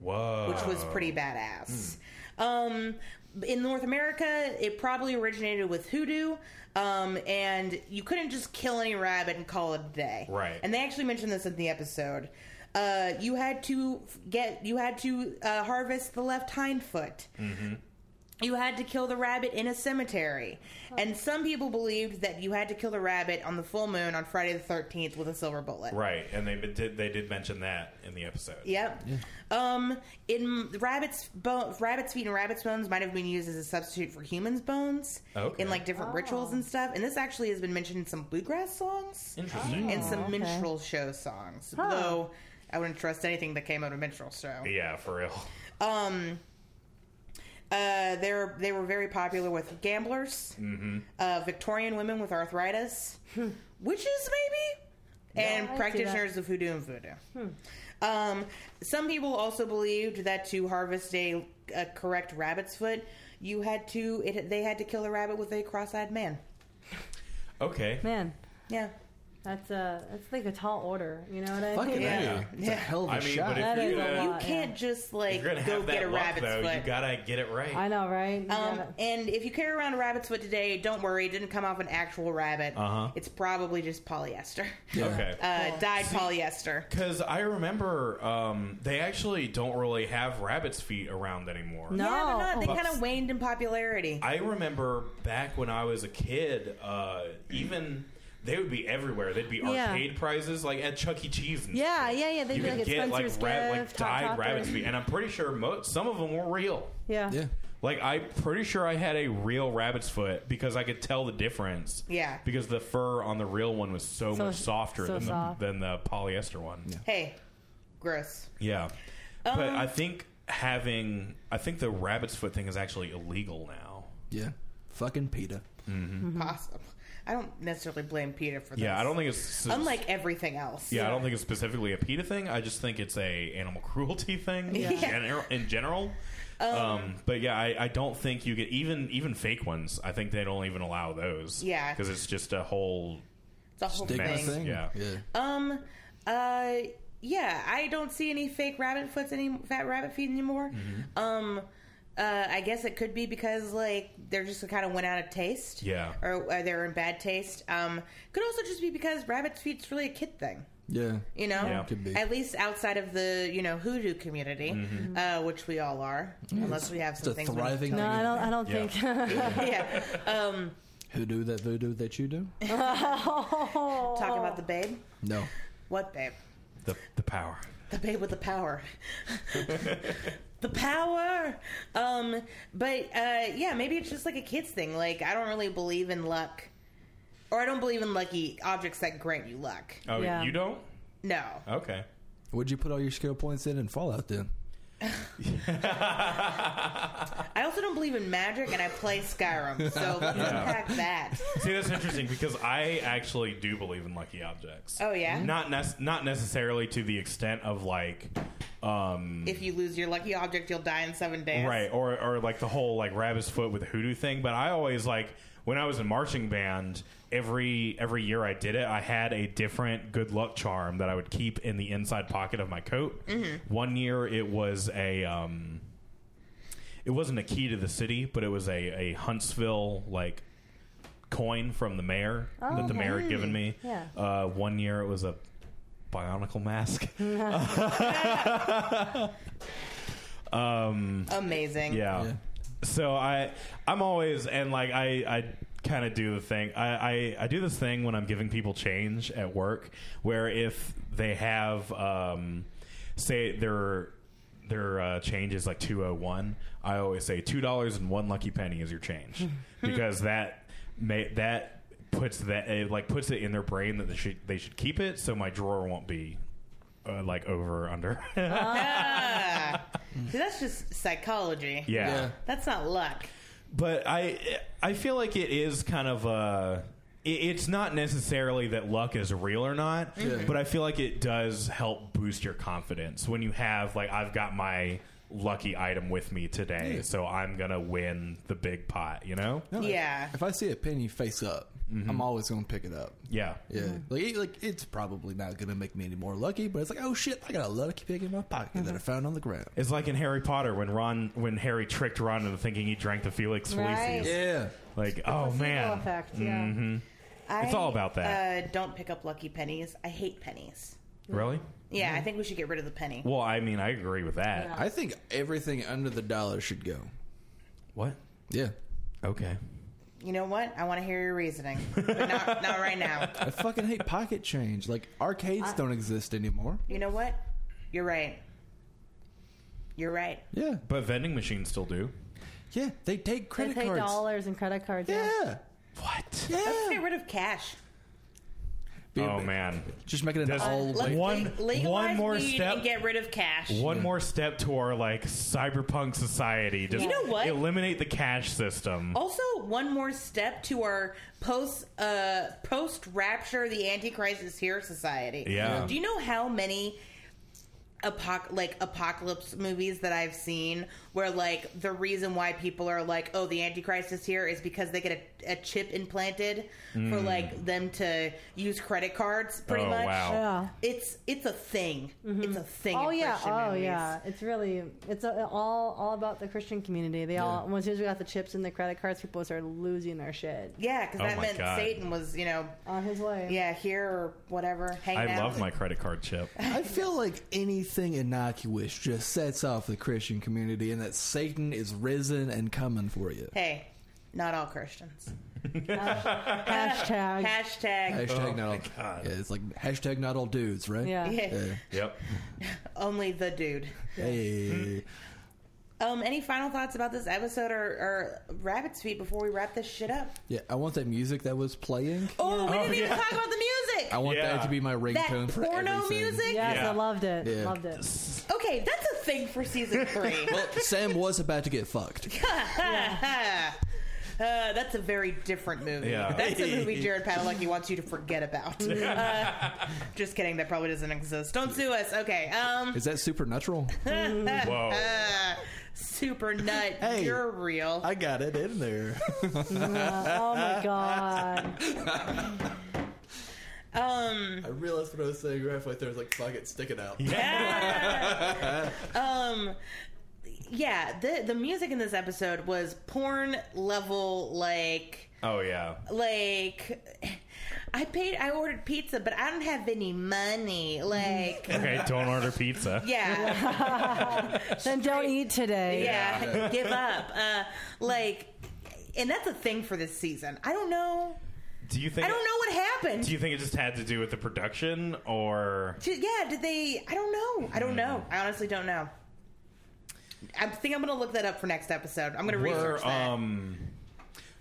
Speaker 5: Whoa.
Speaker 1: which was pretty badass. Um, in North America, it probably originated with hoodoo, um, and you couldn't just kill any rabbit and call it a day.
Speaker 5: Right.
Speaker 1: And they actually mentioned this in the episode. Uh, you had to f- get you had to uh, harvest the left hind foot. You had to kill the rabbit in a cemetery, and some people believed that you had to kill the rabbit on the full moon on Friday the thirteenth with a silver bullet.
Speaker 5: right, and they did they did mention that in the episode.
Speaker 1: Yep. Um, in rabbits' bo- rabbits' feet and rabbits' bones might have been used as a substitute for humans' bones
Speaker 5: Okay.
Speaker 1: in like different rituals and stuff. And this actually has been mentioned in some bluegrass songs
Speaker 5: Interesting.
Speaker 1: and some minstrel show songs. Though I wouldn't trust anything that came out of a minstrel show.
Speaker 5: Yeah, for real.
Speaker 1: Uh, they were they were very popular with gamblers,
Speaker 5: Mm-hmm.
Speaker 1: uh, Victorian women with arthritis, witches maybe, and
Speaker 4: Hmm. I see Hmm.
Speaker 1: practitioners of hoodoo and voodoo. Um, some people also believed that to harvest a, a correct rabbit's foot, you had to it, they had to kill the rabbit with a cross-eyed man.
Speaker 5: Okay.
Speaker 4: Man,
Speaker 1: Yeah,
Speaker 4: that's a that's like a tall order. You know what I
Speaker 2: Fucking
Speaker 4: mean?
Speaker 5: yeah.
Speaker 2: A. It's a hell of a
Speaker 5: I mean,
Speaker 2: shot.
Speaker 5: but
Speaker 4: That
Speaker 5: if
Speaker 4: is
Speaker 5: you're
Speaker 4: a
Speaker 5: gonna,
Speaker 4: lot.
Speaker 1: you
Speaker 4: Uh, yeah.
Speaker 1: can't just
Speaker 5: if
Speaker 1: like
Speaker 5: you're gonna
Speaker 1: go
Speaker 5: have
Speaker 1: get a
Speaker 5: that luck,
Speaker 1: rabbit's
Speaker 5: though,
Speaker 1: foot.
Speaker 5: you gotta get it right.
Speaker 4: I know, right? You
Speaker 1: Um,
Speaker 4: gotta-
Speaker 1: and if you carry around a rabbit's foot today, don't worry, it didn't come off an actual rabbit.
Speaker 5: Uh-huh.
Speaker 1: It's probably just polyester.
Speaker 5: okay.
Speaker 1: Uh, dyed polyester.
Speaker 5: Because I remember um, they actually don't really have rabbit's feet around anymore.
Speaker 4: No.
Speaker 1: Yeah, but
Speaker 4: Oh.
Speaker 1: not. They kind of waned in popularity.
Speaker 5: I remember back when I was a kid, uh, even they would be everywhere. They'd be
Speaker 4: Yeah.
Speaker 5: arcade prizes like at Chuck E. Cheese. And
Speaker 4: yeah,
Speaker 5: shit.
Speaker 4: yeah, yeah. They
Speaker 5: You
Speaker 4: do
Speaker 5: could
Speaker 4: like a
Speaker 5: get like,
Speaker 4: Spencer's
Speaker 5: ra- like
Speaker 4: gift, Hot
Speaker 5: dyed
Speaker 4: Topper.
Speaker 5: rabbit's feet, and I'm pretty sure mo- some of them were real.
Speaker 4: Yeah.
Speaker 2: yeah.
Speaker 5: Like I'm pretty sure I had a real rabbit's foot because I could tell the difference.
Speaker 1: Yeah.
Speaker 5: because the fur on the real one was so,
Speaker 4: So-
Speaker 5: much softer
Speaker 4: so
Speaker 5: than
Speaker 4: soft.
Speaker 5: the than the polyester one. Yeah,
Speaker 1: hey, gross.
Speaker 5: but I think having I think the rabbit's foot thing is actually illegal now.
Speaker 2: Yeah. Fucking PETA.
Speaker 1: Possible. I don't necessarily blame Peter for this.
Speaker 5: Yeah, I don't think it's
Speaker 1: Unlike everything else.
Speaker 5: Yeah, I don't think it's specifically a PETA thing. I just think it's a animal cruelty thing in
Speaker 1: Yeah.
Speaker 5: general. In general. Um, but yeah, I, I don't think you get even even fake ones. I think they don't even allow those.
Speaker 1: Yeah.
Speaker 5: because it's just a whole.
Speaker 1: It's a whole
Speaker 2: Stigma
Speaker 1: thing.
Speaker 5: Thanks.
Speaker 2: thing.
Speaker 5: Yeah.
Speaker 2: Yeah.
Speaker 1: Um, uh,
Speaker 5: Mm-hmm.
Speaker 1: yeah, I don't see any fake rabbit foots any fat rabbit feet anymore. Um, Uh, I guess it could be because like they're just kind of went out of taste.
Speaker 3: Yeah.
Speaker 1: Or uh, they're in bad taste. Um, could also just be because rabbit's feet's really a kid thing.
Speaker 2: Yeah.
Speaker 1: You know,
Speaker 3: Yeah.
Speaker 2: Could be.
Speaker 1: at least outside of the you know hoodoo community, uh, which we all are, unless we have
Speaker 2: Mm-hmm. It's
Speaker 1: some
Speaker 2: a
Speaker 1: things. we-
Speaker 2: thriving
Speaker 4: No, I don't. I don't
Speaker 3: Yeah.
Speaker 4: think.
Speaker 1: yeah. Um,
Speaker 2: Who do that voodoo that you do?
Speaker 1: talking about the babe.
Speaker 2: No.
Speaker 1: What babe?
Speaker 3: The, the power.
Speaker 1: The babe with the power. the power. Um, but uh, yeah, maybe it's just like a kid's thing. Like I don't really believe in luck, or I don't believe in lucky objects that grant you luck.
Speaker 5: Oh,
Speaker 4: Yeah.
Speaker 5: you don't?
Speaker 1: No.
Speaker 5: Okay.
Speaker 2: Would you put all your skill points in in Fallout then?
Speaker 1: I also don't believe in magic, and I play Skyrim. So let's unpack that.
Speaker 5: See, that's interesting because I actually do believe in lucky objects.
Speaker 1: Oh, yeah?
Speaker 5: Not nec- not necessarily to the extent of like, um,
Speaker 1: If you lose your lucky object, you'll die in seven days.
Speaker 5: right or or like the whole like rabbit's foot with the hoodoo thing. But I always like when I was in marching band. Every every year I did it, I had a different good luck charm that I would keep in the inside pocket of my coat. One year it was a. Um, it wasn't a key to the city, but it was a, a Huntsville like coin from the mayor that the mayor had given me.
Speaker 4: Yeah.
Speaker 5: Uh, one year it was a bionicle mask. um,
Speaker 1: Amazing.
Speaker 5: yeah.
Speaker 2: Yeah.
Speaker 5: So I I'm always and like I I kind of do the thing I, I I do this thing when I'm giving people change at work where if they have um say their their uh, change is like 201 I always say two dollars and one lucky penny is your change because that may that puts that it like puts it in their brain that they should they should keep it so my drawer won't be uh, like over or under
Speaker 1: Ah. See, that's just psychology.
Speaker 5: yeah.
Speaker 1: That's not luck.
Speaker 5: but I I feel like it is kind of a. it- It's not necessarily that luck is real or not,
Speaker 2: Mhm.
Speaker 5: but I feel like it does help boost your confidence when you have like I've got my lucky item with me today,
Speaker 2: Yeah.
Speaker 5: so I'm gonna win the big pot. You know?
Speaker 2: No, if-
Speaker 1: Yeah.
Speaker 2: If I see a penny face up,
Speaker 5: Mm-hmm.
Speaker 2: I'm always going to pick it up.
Speaker 5: Yeah.
Speaker 2: Yeah. Like, it- like it's probably not going to make me any more lucky, but it's like, oh shit, I got a lucky pig in my pocket that I found on the ground.
Speaker 5: It's like in Harry Potter when Ron when Harry tricked Ron into thinking he drank the Felix Felicis.
Speaker 4: Right.
Speaker 2: Yeah.
Speaker 5: Like, oh man, Mm-hmm.
Speaker 4: effect. Yeah.
Speaker 1: I,
Speaker 5: It's all about that.
Speaker 1: Uh, don't pick up lucky pennies. I hate pennies.
Speaker 5: really?
Speaker 1: Yeah, I think we should get rid of the penny.
Speaker 5: Well, I mean, I agree with that.
Speaker 2: I think everything under the dollar should go.
Speaker 5: What?
Speaker 2: Yeah.
Speaker 5: Okay.
Speaker 1: You know what? I want to hear your reasoning, but not, not right now.
Speaker 2: I fucking hate pocket change. Like arcades don't exist anymore.
Speaker 1: You know what? You're right. You're right.
Speaker 2: Yeah.
Speaker 5: But vending machines still do.
Speaker 2: Yeah. They take
Speaker 4: They
Speaker 2: credit
Speaker 4: pay
Speaker 2: cards.
Speaker 4: dollars and credit cards.
Speaker 2: Yeah.
Speaker 5: What?
Speaker 1: Let's
Speaker 2: Yeah.
Speaker 1: get rid of cash.
Speaker 2: Be a
Speaker 5: Oh
Speaker 2: big-
Speaker 5: man.
Speaker 2: Just make it an
Speaker 5: Does-
Speaker 2: all
Speaker 1: Let's
Speaker 2: white.
Speaker 5: One-
Speaker 1: le- legalize
Speaker 5: one more
Speaker 1: weed
Speaker 5: step.
Speaker 1: and get rid of cash.
Speaker 5: One more step to our like cyberpunk society. Just
Speaker 1: You know what? Oh,
Speaker 5: Eliminate the cash system.
Speaker 1: Also, one more step to our post uh, post rapture, the Antichrist is here society.
Speaker 5: Yeah.
Speaker 1: Do you know how many apoc- like apocalypse movies that I've seen where like the reason why people are like, oh, the Antichrist is here is because they get a, a chip implanted for like them to use credit cards, pretty
Speaker 5: Mm. Oh,
Speaker 1: much.
Speaker 5: wow.
Speaker 4: Yeah.
Speaker 1: It's it's a thing. It's a thing.
Speaker 4: Oh
Speaker 1: in
Speaker 4: yeah.
Speaker 1: Christian
Speaker 4: Oh
Speaker 1: movies.
Speaker 4: yeah. It's really. It's uh all all about the Christian community. They all as soon as we got the chips and the credit cards, people started losing their shit
Speaker 1: Yeah, because
Speaker 5: Oh
Speaker 1: that
Speaker 5: my
Speaker 1: meant
Speaker 5: God.
Speaker 1: Satan was, you know,
Speaker 4: on his way.
Speaker 1: yeah, here or whatever. Hanging
Speaker 5: I
Speaker 1: out.
Speaker 5: love my credit card chip.
Speaker 2: I feel like anything innocuous just sets off the Christian community and that Satan is risen and coming for you.
Speaker 1: Hey, not all Christians.
Speaker 4: Hashtag.
Speaker 1: Hashtag.
Speaker 2: Hashtag not all.
Speaker 5: Oh, God.
Speaker 2: Yeah, it's like hashtag not all dudes, right?
Speaker 4: Yeah.
Speaker 1: Yeah,
Speaker 5: Yep.
Speaker 1: only the dude.
Speaker 2: Hey.
Speaker 5: Mm-hmm.
Speaker 1: Um, any final thoughts about this episode or, or Rabbit's Feet before we wrap this shit up?
Speaker 2: Yeah, I want that music that was playing.
Speaker 1: Oh, we didn't
Speaker 5: Oh,
Speaker 1: even
Speaker 5: yeah.
Speaker 1: talk about the
Speaker 2: I
Speaker 1: music.
Speaker 2: want
Speaker 5: Yeah.
Speaker 2: that to be my ringtone
Speaker 1: That
Speaker 2: for
Speaker 1: porno
Speaker 2: everything.
Speaker 1: music.
Speaker 4: Yes,
Speaker 5: Yeah.
Speaker 4: I loved it.
Speaker 2: Yeah.
Speaker 4: Loved it.
Speaker 1: Okay, that's a thing for season three.
Speaker 2: Well, Sam was about to get fucked.
Speaker 1: uh, that's a very different movie.
Speaker 5: Yeah.
Speaker 1: That's a movie Jared Padalecki wants you to forget about. Uh, just kidding. That probably doesn't exist. Don't sue us. Okay. Um,
Speaker 2: Is that supernatural?
Speaker 5: Whoa.
Speaker 1: Uh, super nut.
Speaker 2: Hey.
Speaker 1: You're real.
Speaker 2: I got it in there.
Speaker 4: Oh my god.
Speaker 1: um.
Speaker 2: I realized what I was saying halfway through. I was like, fuck it, stick it out.
Speaker 1: um yeah, the the music in this episode was porn level like
Speaker 5: Oh yeah.
Speaker 1: like I paid I ordered pizza but I don't have any money like
Speaker 3: Okay, don't order pizza.
Speaker 1: yeah.
Speaker 4: Then don't eat today.
Speaker 1: Yeah, give up. Uh, like, and that's a thing for this season. I don't know.
Speaker 5: Do you think?
Speaker 1: I don't know what happened.
Speaker 5: Do you think it just had to do with the production, or
Speaker 1: Did- yeah, did they? I don't know. I don't
Speaker 5: Mm.
Speaker 1: know. I honestly don't know. I think I'm gonna look that up for next episode. I'm gonna
Speaker 5: were
Speaker 1: research that.
Speaker 5: um?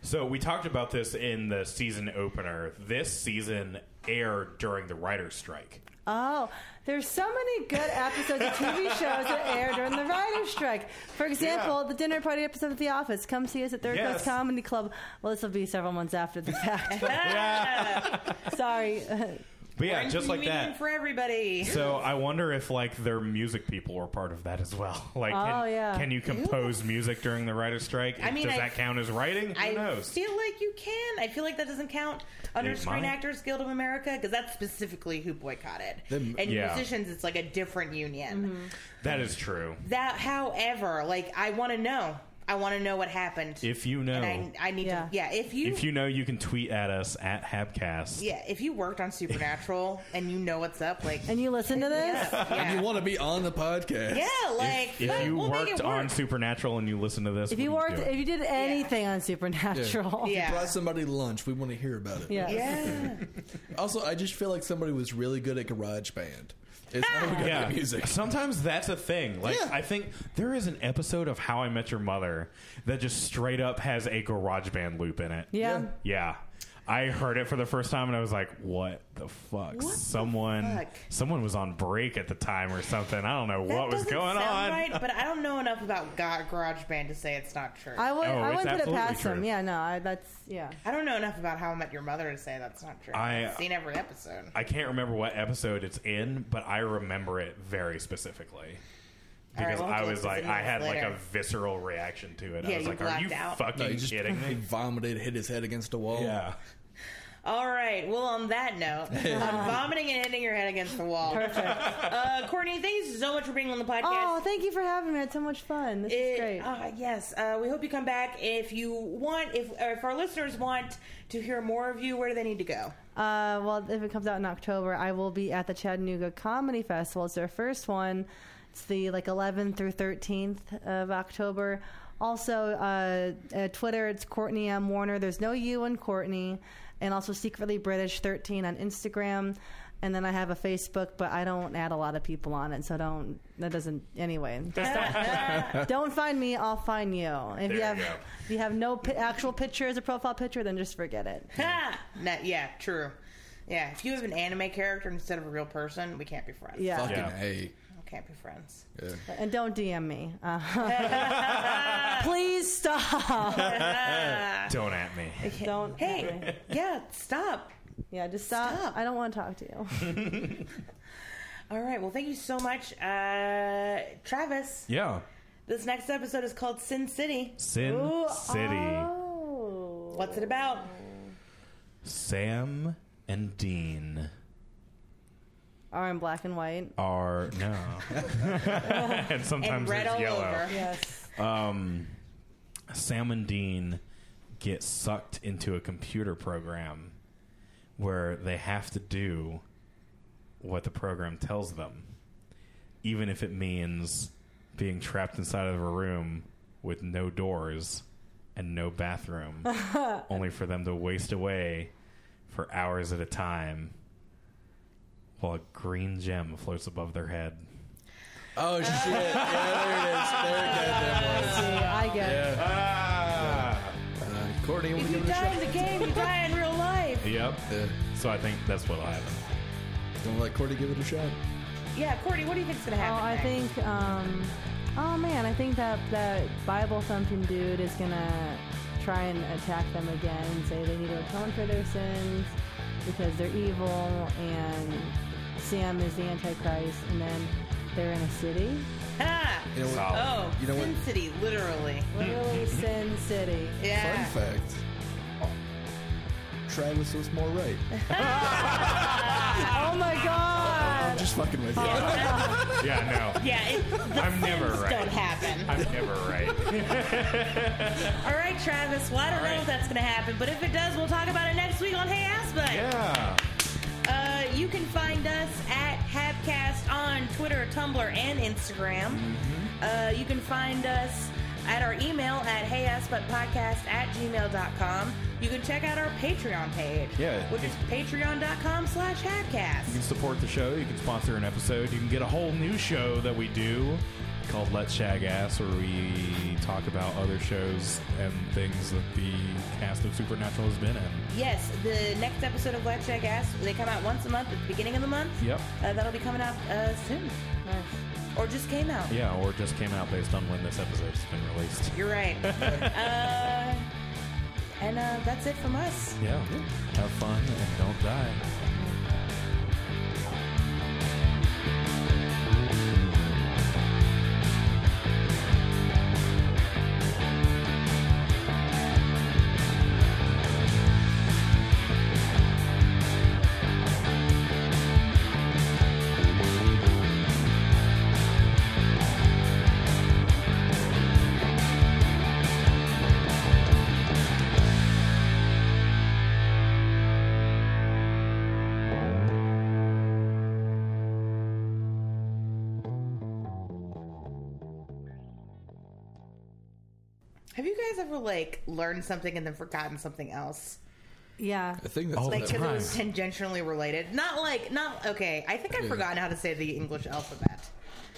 Speaker 5: So we talked about this in the season opener. This season aired during the writer's strike.
Speaker 4: Oh, there's so many good episodes of TV shows that air during the writer's strike. For example, the dinner party episode of The Office. Come see us at Third
Speaker 5: Yes.
Speaker 4: Coast Comedy Club. Well, this will be several months after the fact.
Speaker 1: Ah.
Speaker 4: Sorry.
Speaker 5: But yeah,
Speaker 1: Friends
Speaker 5: um, just like
Speaker 1: reunion
Speaker 5: that.
Speaker 1: for everybody.
Speaker 5: So I wonder if like their music people were part of that as well. Like, can,
Speaker 4: Oh, yeah.
Speaker 5: can you compose music during the writer's strike?
Speaker 1: I mean,
Speaker 5: does
Speaker 1: I-
Speaker 5: that count as writing? Who
Speaker 1: I
Speaker 5: knows?
Speaker 1: feel like you can. I feel like that doesn't count under
Speaker 5: It
Speaker 1: Screen
Speaker 5: might.
Speaker 1: Actors Guild of America because that's specifically who boycotted.
Speaker 2: Them-
Speaker 1: and
Speaker 5: Yeah.
Speaker 1: musicians, it's like a different union.
Speaker 5: that is true.
Speaker 1: That, however, like I want to know. I want to know what happened.
Speaker 5: If you know,
Speaker 1: and I, I need
Speaker 4: Yeah.
Speaker 1: to. Yeah, if you,
Speaker 5: if you know, you can tweet at us at Habcast.
Speaker 1: yeah, if you worked on Supernatural and you know what's up, like,
Speaker 4: And you listen to this?
Speaker 2: You
Speaker 1: yeah,
Speaker 2: want to be on the podcast?
Speaker 1: yeah, like,
Speaker 5: If, if
Speaker 1: fuck,
Speaker 5: you
Speaker 1: we'll make
Speaker 5: worked
Speaker 1: it
Speaker 5: on
Speaker 1: work.
Speaker 5: Supernatural and you listen to this,
Speaker 4: If you
Speaker 5: what are
Speaker 4: worked, if
Speaker 5: doing?
Speaker 4: you did anything on Supernatural.
Speaker 1: Yeah.
Speaker 2: Brought somebody lunch. We want to hear about it.
Speaker 4: Yeah.
Speaker 1: yeah,
Speaker 2: Also, I just feel like somebody was really good at garage band. It's how we got
Speaker 5: yeah,
Speaker 2: the music.
Speaker 5: Sometimes that's a thing. Like
Speaker 2: Yeah.
Speaker 5: I think there is an episode of How I Met Your Mother that just straight up has a garage band loop in it.
Speaker 4: Yeah.
Speaker 2: Yeah.
Speaker 5: Yeah. I heard it for the first time and I was like, "What the fuck?"
Speaker 1: the
Speaker 5: someone,
Speaker 1: fuck?
Speaker 5: someone was on break at the time or something. I don't know
Speaker 1: That
Speaker 5: what was
Speaker 1: doesn't
Speaker 5: going
Speaker 1: sound
Speaker 5: on.
Speaker 1: right, but I don't know enough about Ga- Garage Band to say it's not true. I,
Speaker 4: I would.
Speaker 5: Oh,
Speaker 4: I
Speaker 5: it's
Speaker 4: wouldn't put it
Speaker 5: absolutely
Speaker 4: past them.
Speaker 5: true.
Speaker 4: Yeah. No. I, that's yeah.
Speaker 1: don't know enough about How I Met Your Mother to say that's not true. I,
Speaker 5: I-
Speaker 1: have seen every episode.
Speaker 5: I can't remember what episode it's in, but I remember it very specifically
Speaker 1: All right,
Speaker 5: because
Speaker 1: we'll
Speaker 5: I
Speaker 1: have to
Speaker 5: was
Speaker 1: look
Speaker 5: like,
Speaker 1: this
Speaker 5: I had like
Speaker 1: later.
Speaker 5: a visceral reaction to it.
Speaker 1: Yeah,
Speaker 5: I was
Speaker 1: you
Speaker 5: like, "Are you
Speaker 1: blacked out.
Speaker 5: fucking
Speaker 2: No, he just
Speaker 5: kidding
Speaker 2: he
Speaker 5: me?"
Speaker 2: vomited, hit his head against a wall.
Speaker 5: Yeah.
Speaker 1: All right. Well, on that note, on vomiting and hitting your head against the wall. Perfect. Uh, Courtney, thank you so much for being on the podcast.
Speaker 4: Oh, thank you for having me. It's so much fun. This is
Speaker 1: It-
Speaker 4: great.
Speaker 1: ah, yes. Uh, we hope you come back. If you want, if or if our listeners want to hear more of you, where do they need to go?
Speaker 4: Uh, well, if it comes out in October, I will be at the Chattanooga Comedy Festival. It's their first one. It's the like 11th through 13th of October. Also, uh, uh, Twitter, it's Courtney M. Warner. There's no you in Courtney. And also Secretly British 13 on Instagram. And then I have a Facebook, but I don't add a lot of people on it, so don't. That doesn't. Anyway, just don't, don't find me. I'll find you. If
Speaker 5: There
Speaker 4: you
Speaker 5: you
Speaker 4: have,
Speaker 5: go.
Speaker 4: if you have no pi- actual picture as a profile picture, then just forget it.
Speaker 5: Hmm.
Speaker 1: Ha! Nah, yeah, true. Yeah, if you have an anime character instead of a real person, we can't be friends.
Speaker 4: Yeah.
Speaker 2: Fucking
Speaker 5: Yeah.
Speaker 2: A.
Speaker 1: we can't be friends.
Speaker 2: Yeah.
Speaker 4: And don't DM me. Uh, please stop.
Speaker 5: Don't at me.
Speaker 4: Don't.
Speaker 1: Hey, yeah, stop.
Speaker 4: Yeah, just stop.
Speaker 1: Stop.
Speaker 4: I don't want to talk to you.
Speaker 1: All right. Well, thank you so much, uh, Travis.
Speaker 5: Yeah.
Speaker 1: This next episode is called Sin City.
Speaker 5: Sin
Speaker 4: Ooh,
Speaker 5: City.
Speaker 4: Oh.
Speaker 1: What's it about?
Speaker 5: Sam and Dean
Speaker 4: Are in black and white.
Speaker 5: are no, and
Speaker 1: And
Speaker 5: sometimes
Speaker 1: red
Speaker 5: it's
Speaker 1: all
Speaker 5: yellow.
Speaker 1: over.
Speaker 4: Yes.
Speaker 5: Um, Sam and Dean get sucked into a computer program where they have to do what the program tells them, even if it means being trapped inside of a room with no doors and no bathroom, only for them to waste away for hours at a time while a green gem floats above their head.
Speaker 2: Oh shit! Yeah, there it is. There it
Speaker 4: I get it.
Speaker 2: goddamn was. Uh, Courtney, you want to
Speaker 1: You
Speaker 2: give it a
Speaker 1: die
Speaker 2: shot?
Speaker 1: in the game. You die in real life.
Speaker 5: Yep.
Speaker 2: Yeah.
Speaker 5: So I think that's what'll happen.
Speaker 2: Don't let Courtney give it a shot.
Speaker 1: Yeah, Courtney, what do you think's gonna
Speaker 4: Oh,
Speaker 1: happen?
Speaker 4: I
Speaker 1: next?
Speaker 4: think. Um, oh man, I think that that Bible thumping dude is gonna try and attack them again and say they need to atone for their sins because they're evil and Sam is the Antichrist, and then they're in a city.
Speaker 1: Ah.
Speaker 2: You know what?
Speaker 5: Solid.
Speaker 1: Oh,
Speaker 2: You know
Speaker 1: Sin
Speaker 2: what?
Speaker 1: City, literally.
Speaker 4: Literally, Sin City.
Speaker 1: Yeah.
Speaker 2: Fun fact: Travis was more right.
Speaker 4: Oh my
Speaker 2: I'm
Speaker 4: god!
Speaker 2: just fucking with you.
Speaker 5: Yeah, no.
Speaker 1: Yeah, it, the
Speaker 5: I'm never
Speaker 1: things
Speaker 5: right.
Speaker 1: don't happen.
Speaker 5: I'm never right.
Speaker 1: All right, Travis. Well, I don't
Speaker 5: All
Speaker 1: know
Speaker 5: right.
Speaker 1: if that's going to happen, but if it does, we'll talk about it next week on Hey Ass Bud.
Speaker 5: Yeah.
Speaker 1: Uh, you can find us at Habcast on Twitter, Tumblr, and Instagram.
Speaker 5: Mm-hmm.
Speaker 1: Uh, you can find us at our email at heyasputpodcast at gmail.com. You can check out our Patreon page,
Speaker 5: Yeah.
Speaker 1: which is patreon.com slash
Speaker 5: You
Speaker 1: Habcast.
Speaker 5: can support the show. You can sponsor an episode. You can get a whole new show that we do called Let Shag Ass, where we talk about other shows and things that the cast of Supernatural has been in.
Speaker 1: Yes, the next episode of Let's Check Ass, they come out once a month at the beginning of the month.
Speaker 5: Yep.
Speaker 1: Uh, that'll be coming out uh, soon. Or just came out.
Speaker 5: Yeah, or just came out based on when this episode's been released.
Speaker 1: You're right. uh, and uh, that's it from us.
Speaker 5: Yeah. Have fun and don't die.
Speaker 1: Have you guys ever like learned something and then forgotten something else?
Speaker 4: Yeah.
Speaker 2: I think that's
Speaker 5: Oh,
Speaker 2: what
Speaker 1: Like
Speaker 2: that
Speaker 1: because it was
Speaker 2: was.
Speaker 1: tangentially related. Not like not okay. I think I've
Speaker 2: Yeah.
Speaker 1: forgotten how to say the English alphabet.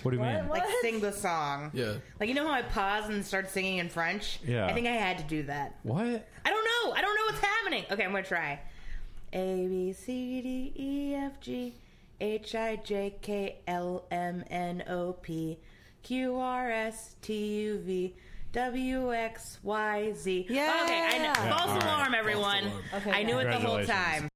Speaker 5: What do you mean?
Speaker 4: What?
Speaker 1: Like sing the song.
Speaker 2: Yeah.
Speaker 1: Like you know how I pause and start singing in French?
Speaker 5: Yeah.
Speaker 1: I think I had to do that.
Speaker 5: What?
Speaker 1: I don't know. I don't know what's happening. Okay, I'm gonna try. A B C D E F G H I J K L M N O P Q R S T U V W X Y Z. Okay, I
Speaker 4: Yeah.
Speaker 1: know. False
Speaker 5: all right.
Speaker 1: alarm, everyone.
Speaker 2: alarm.
Speaker 4: Okay,
Speaker 1: I knew it the whole
Speaker 5: Congratulations.
Speaker 1: time.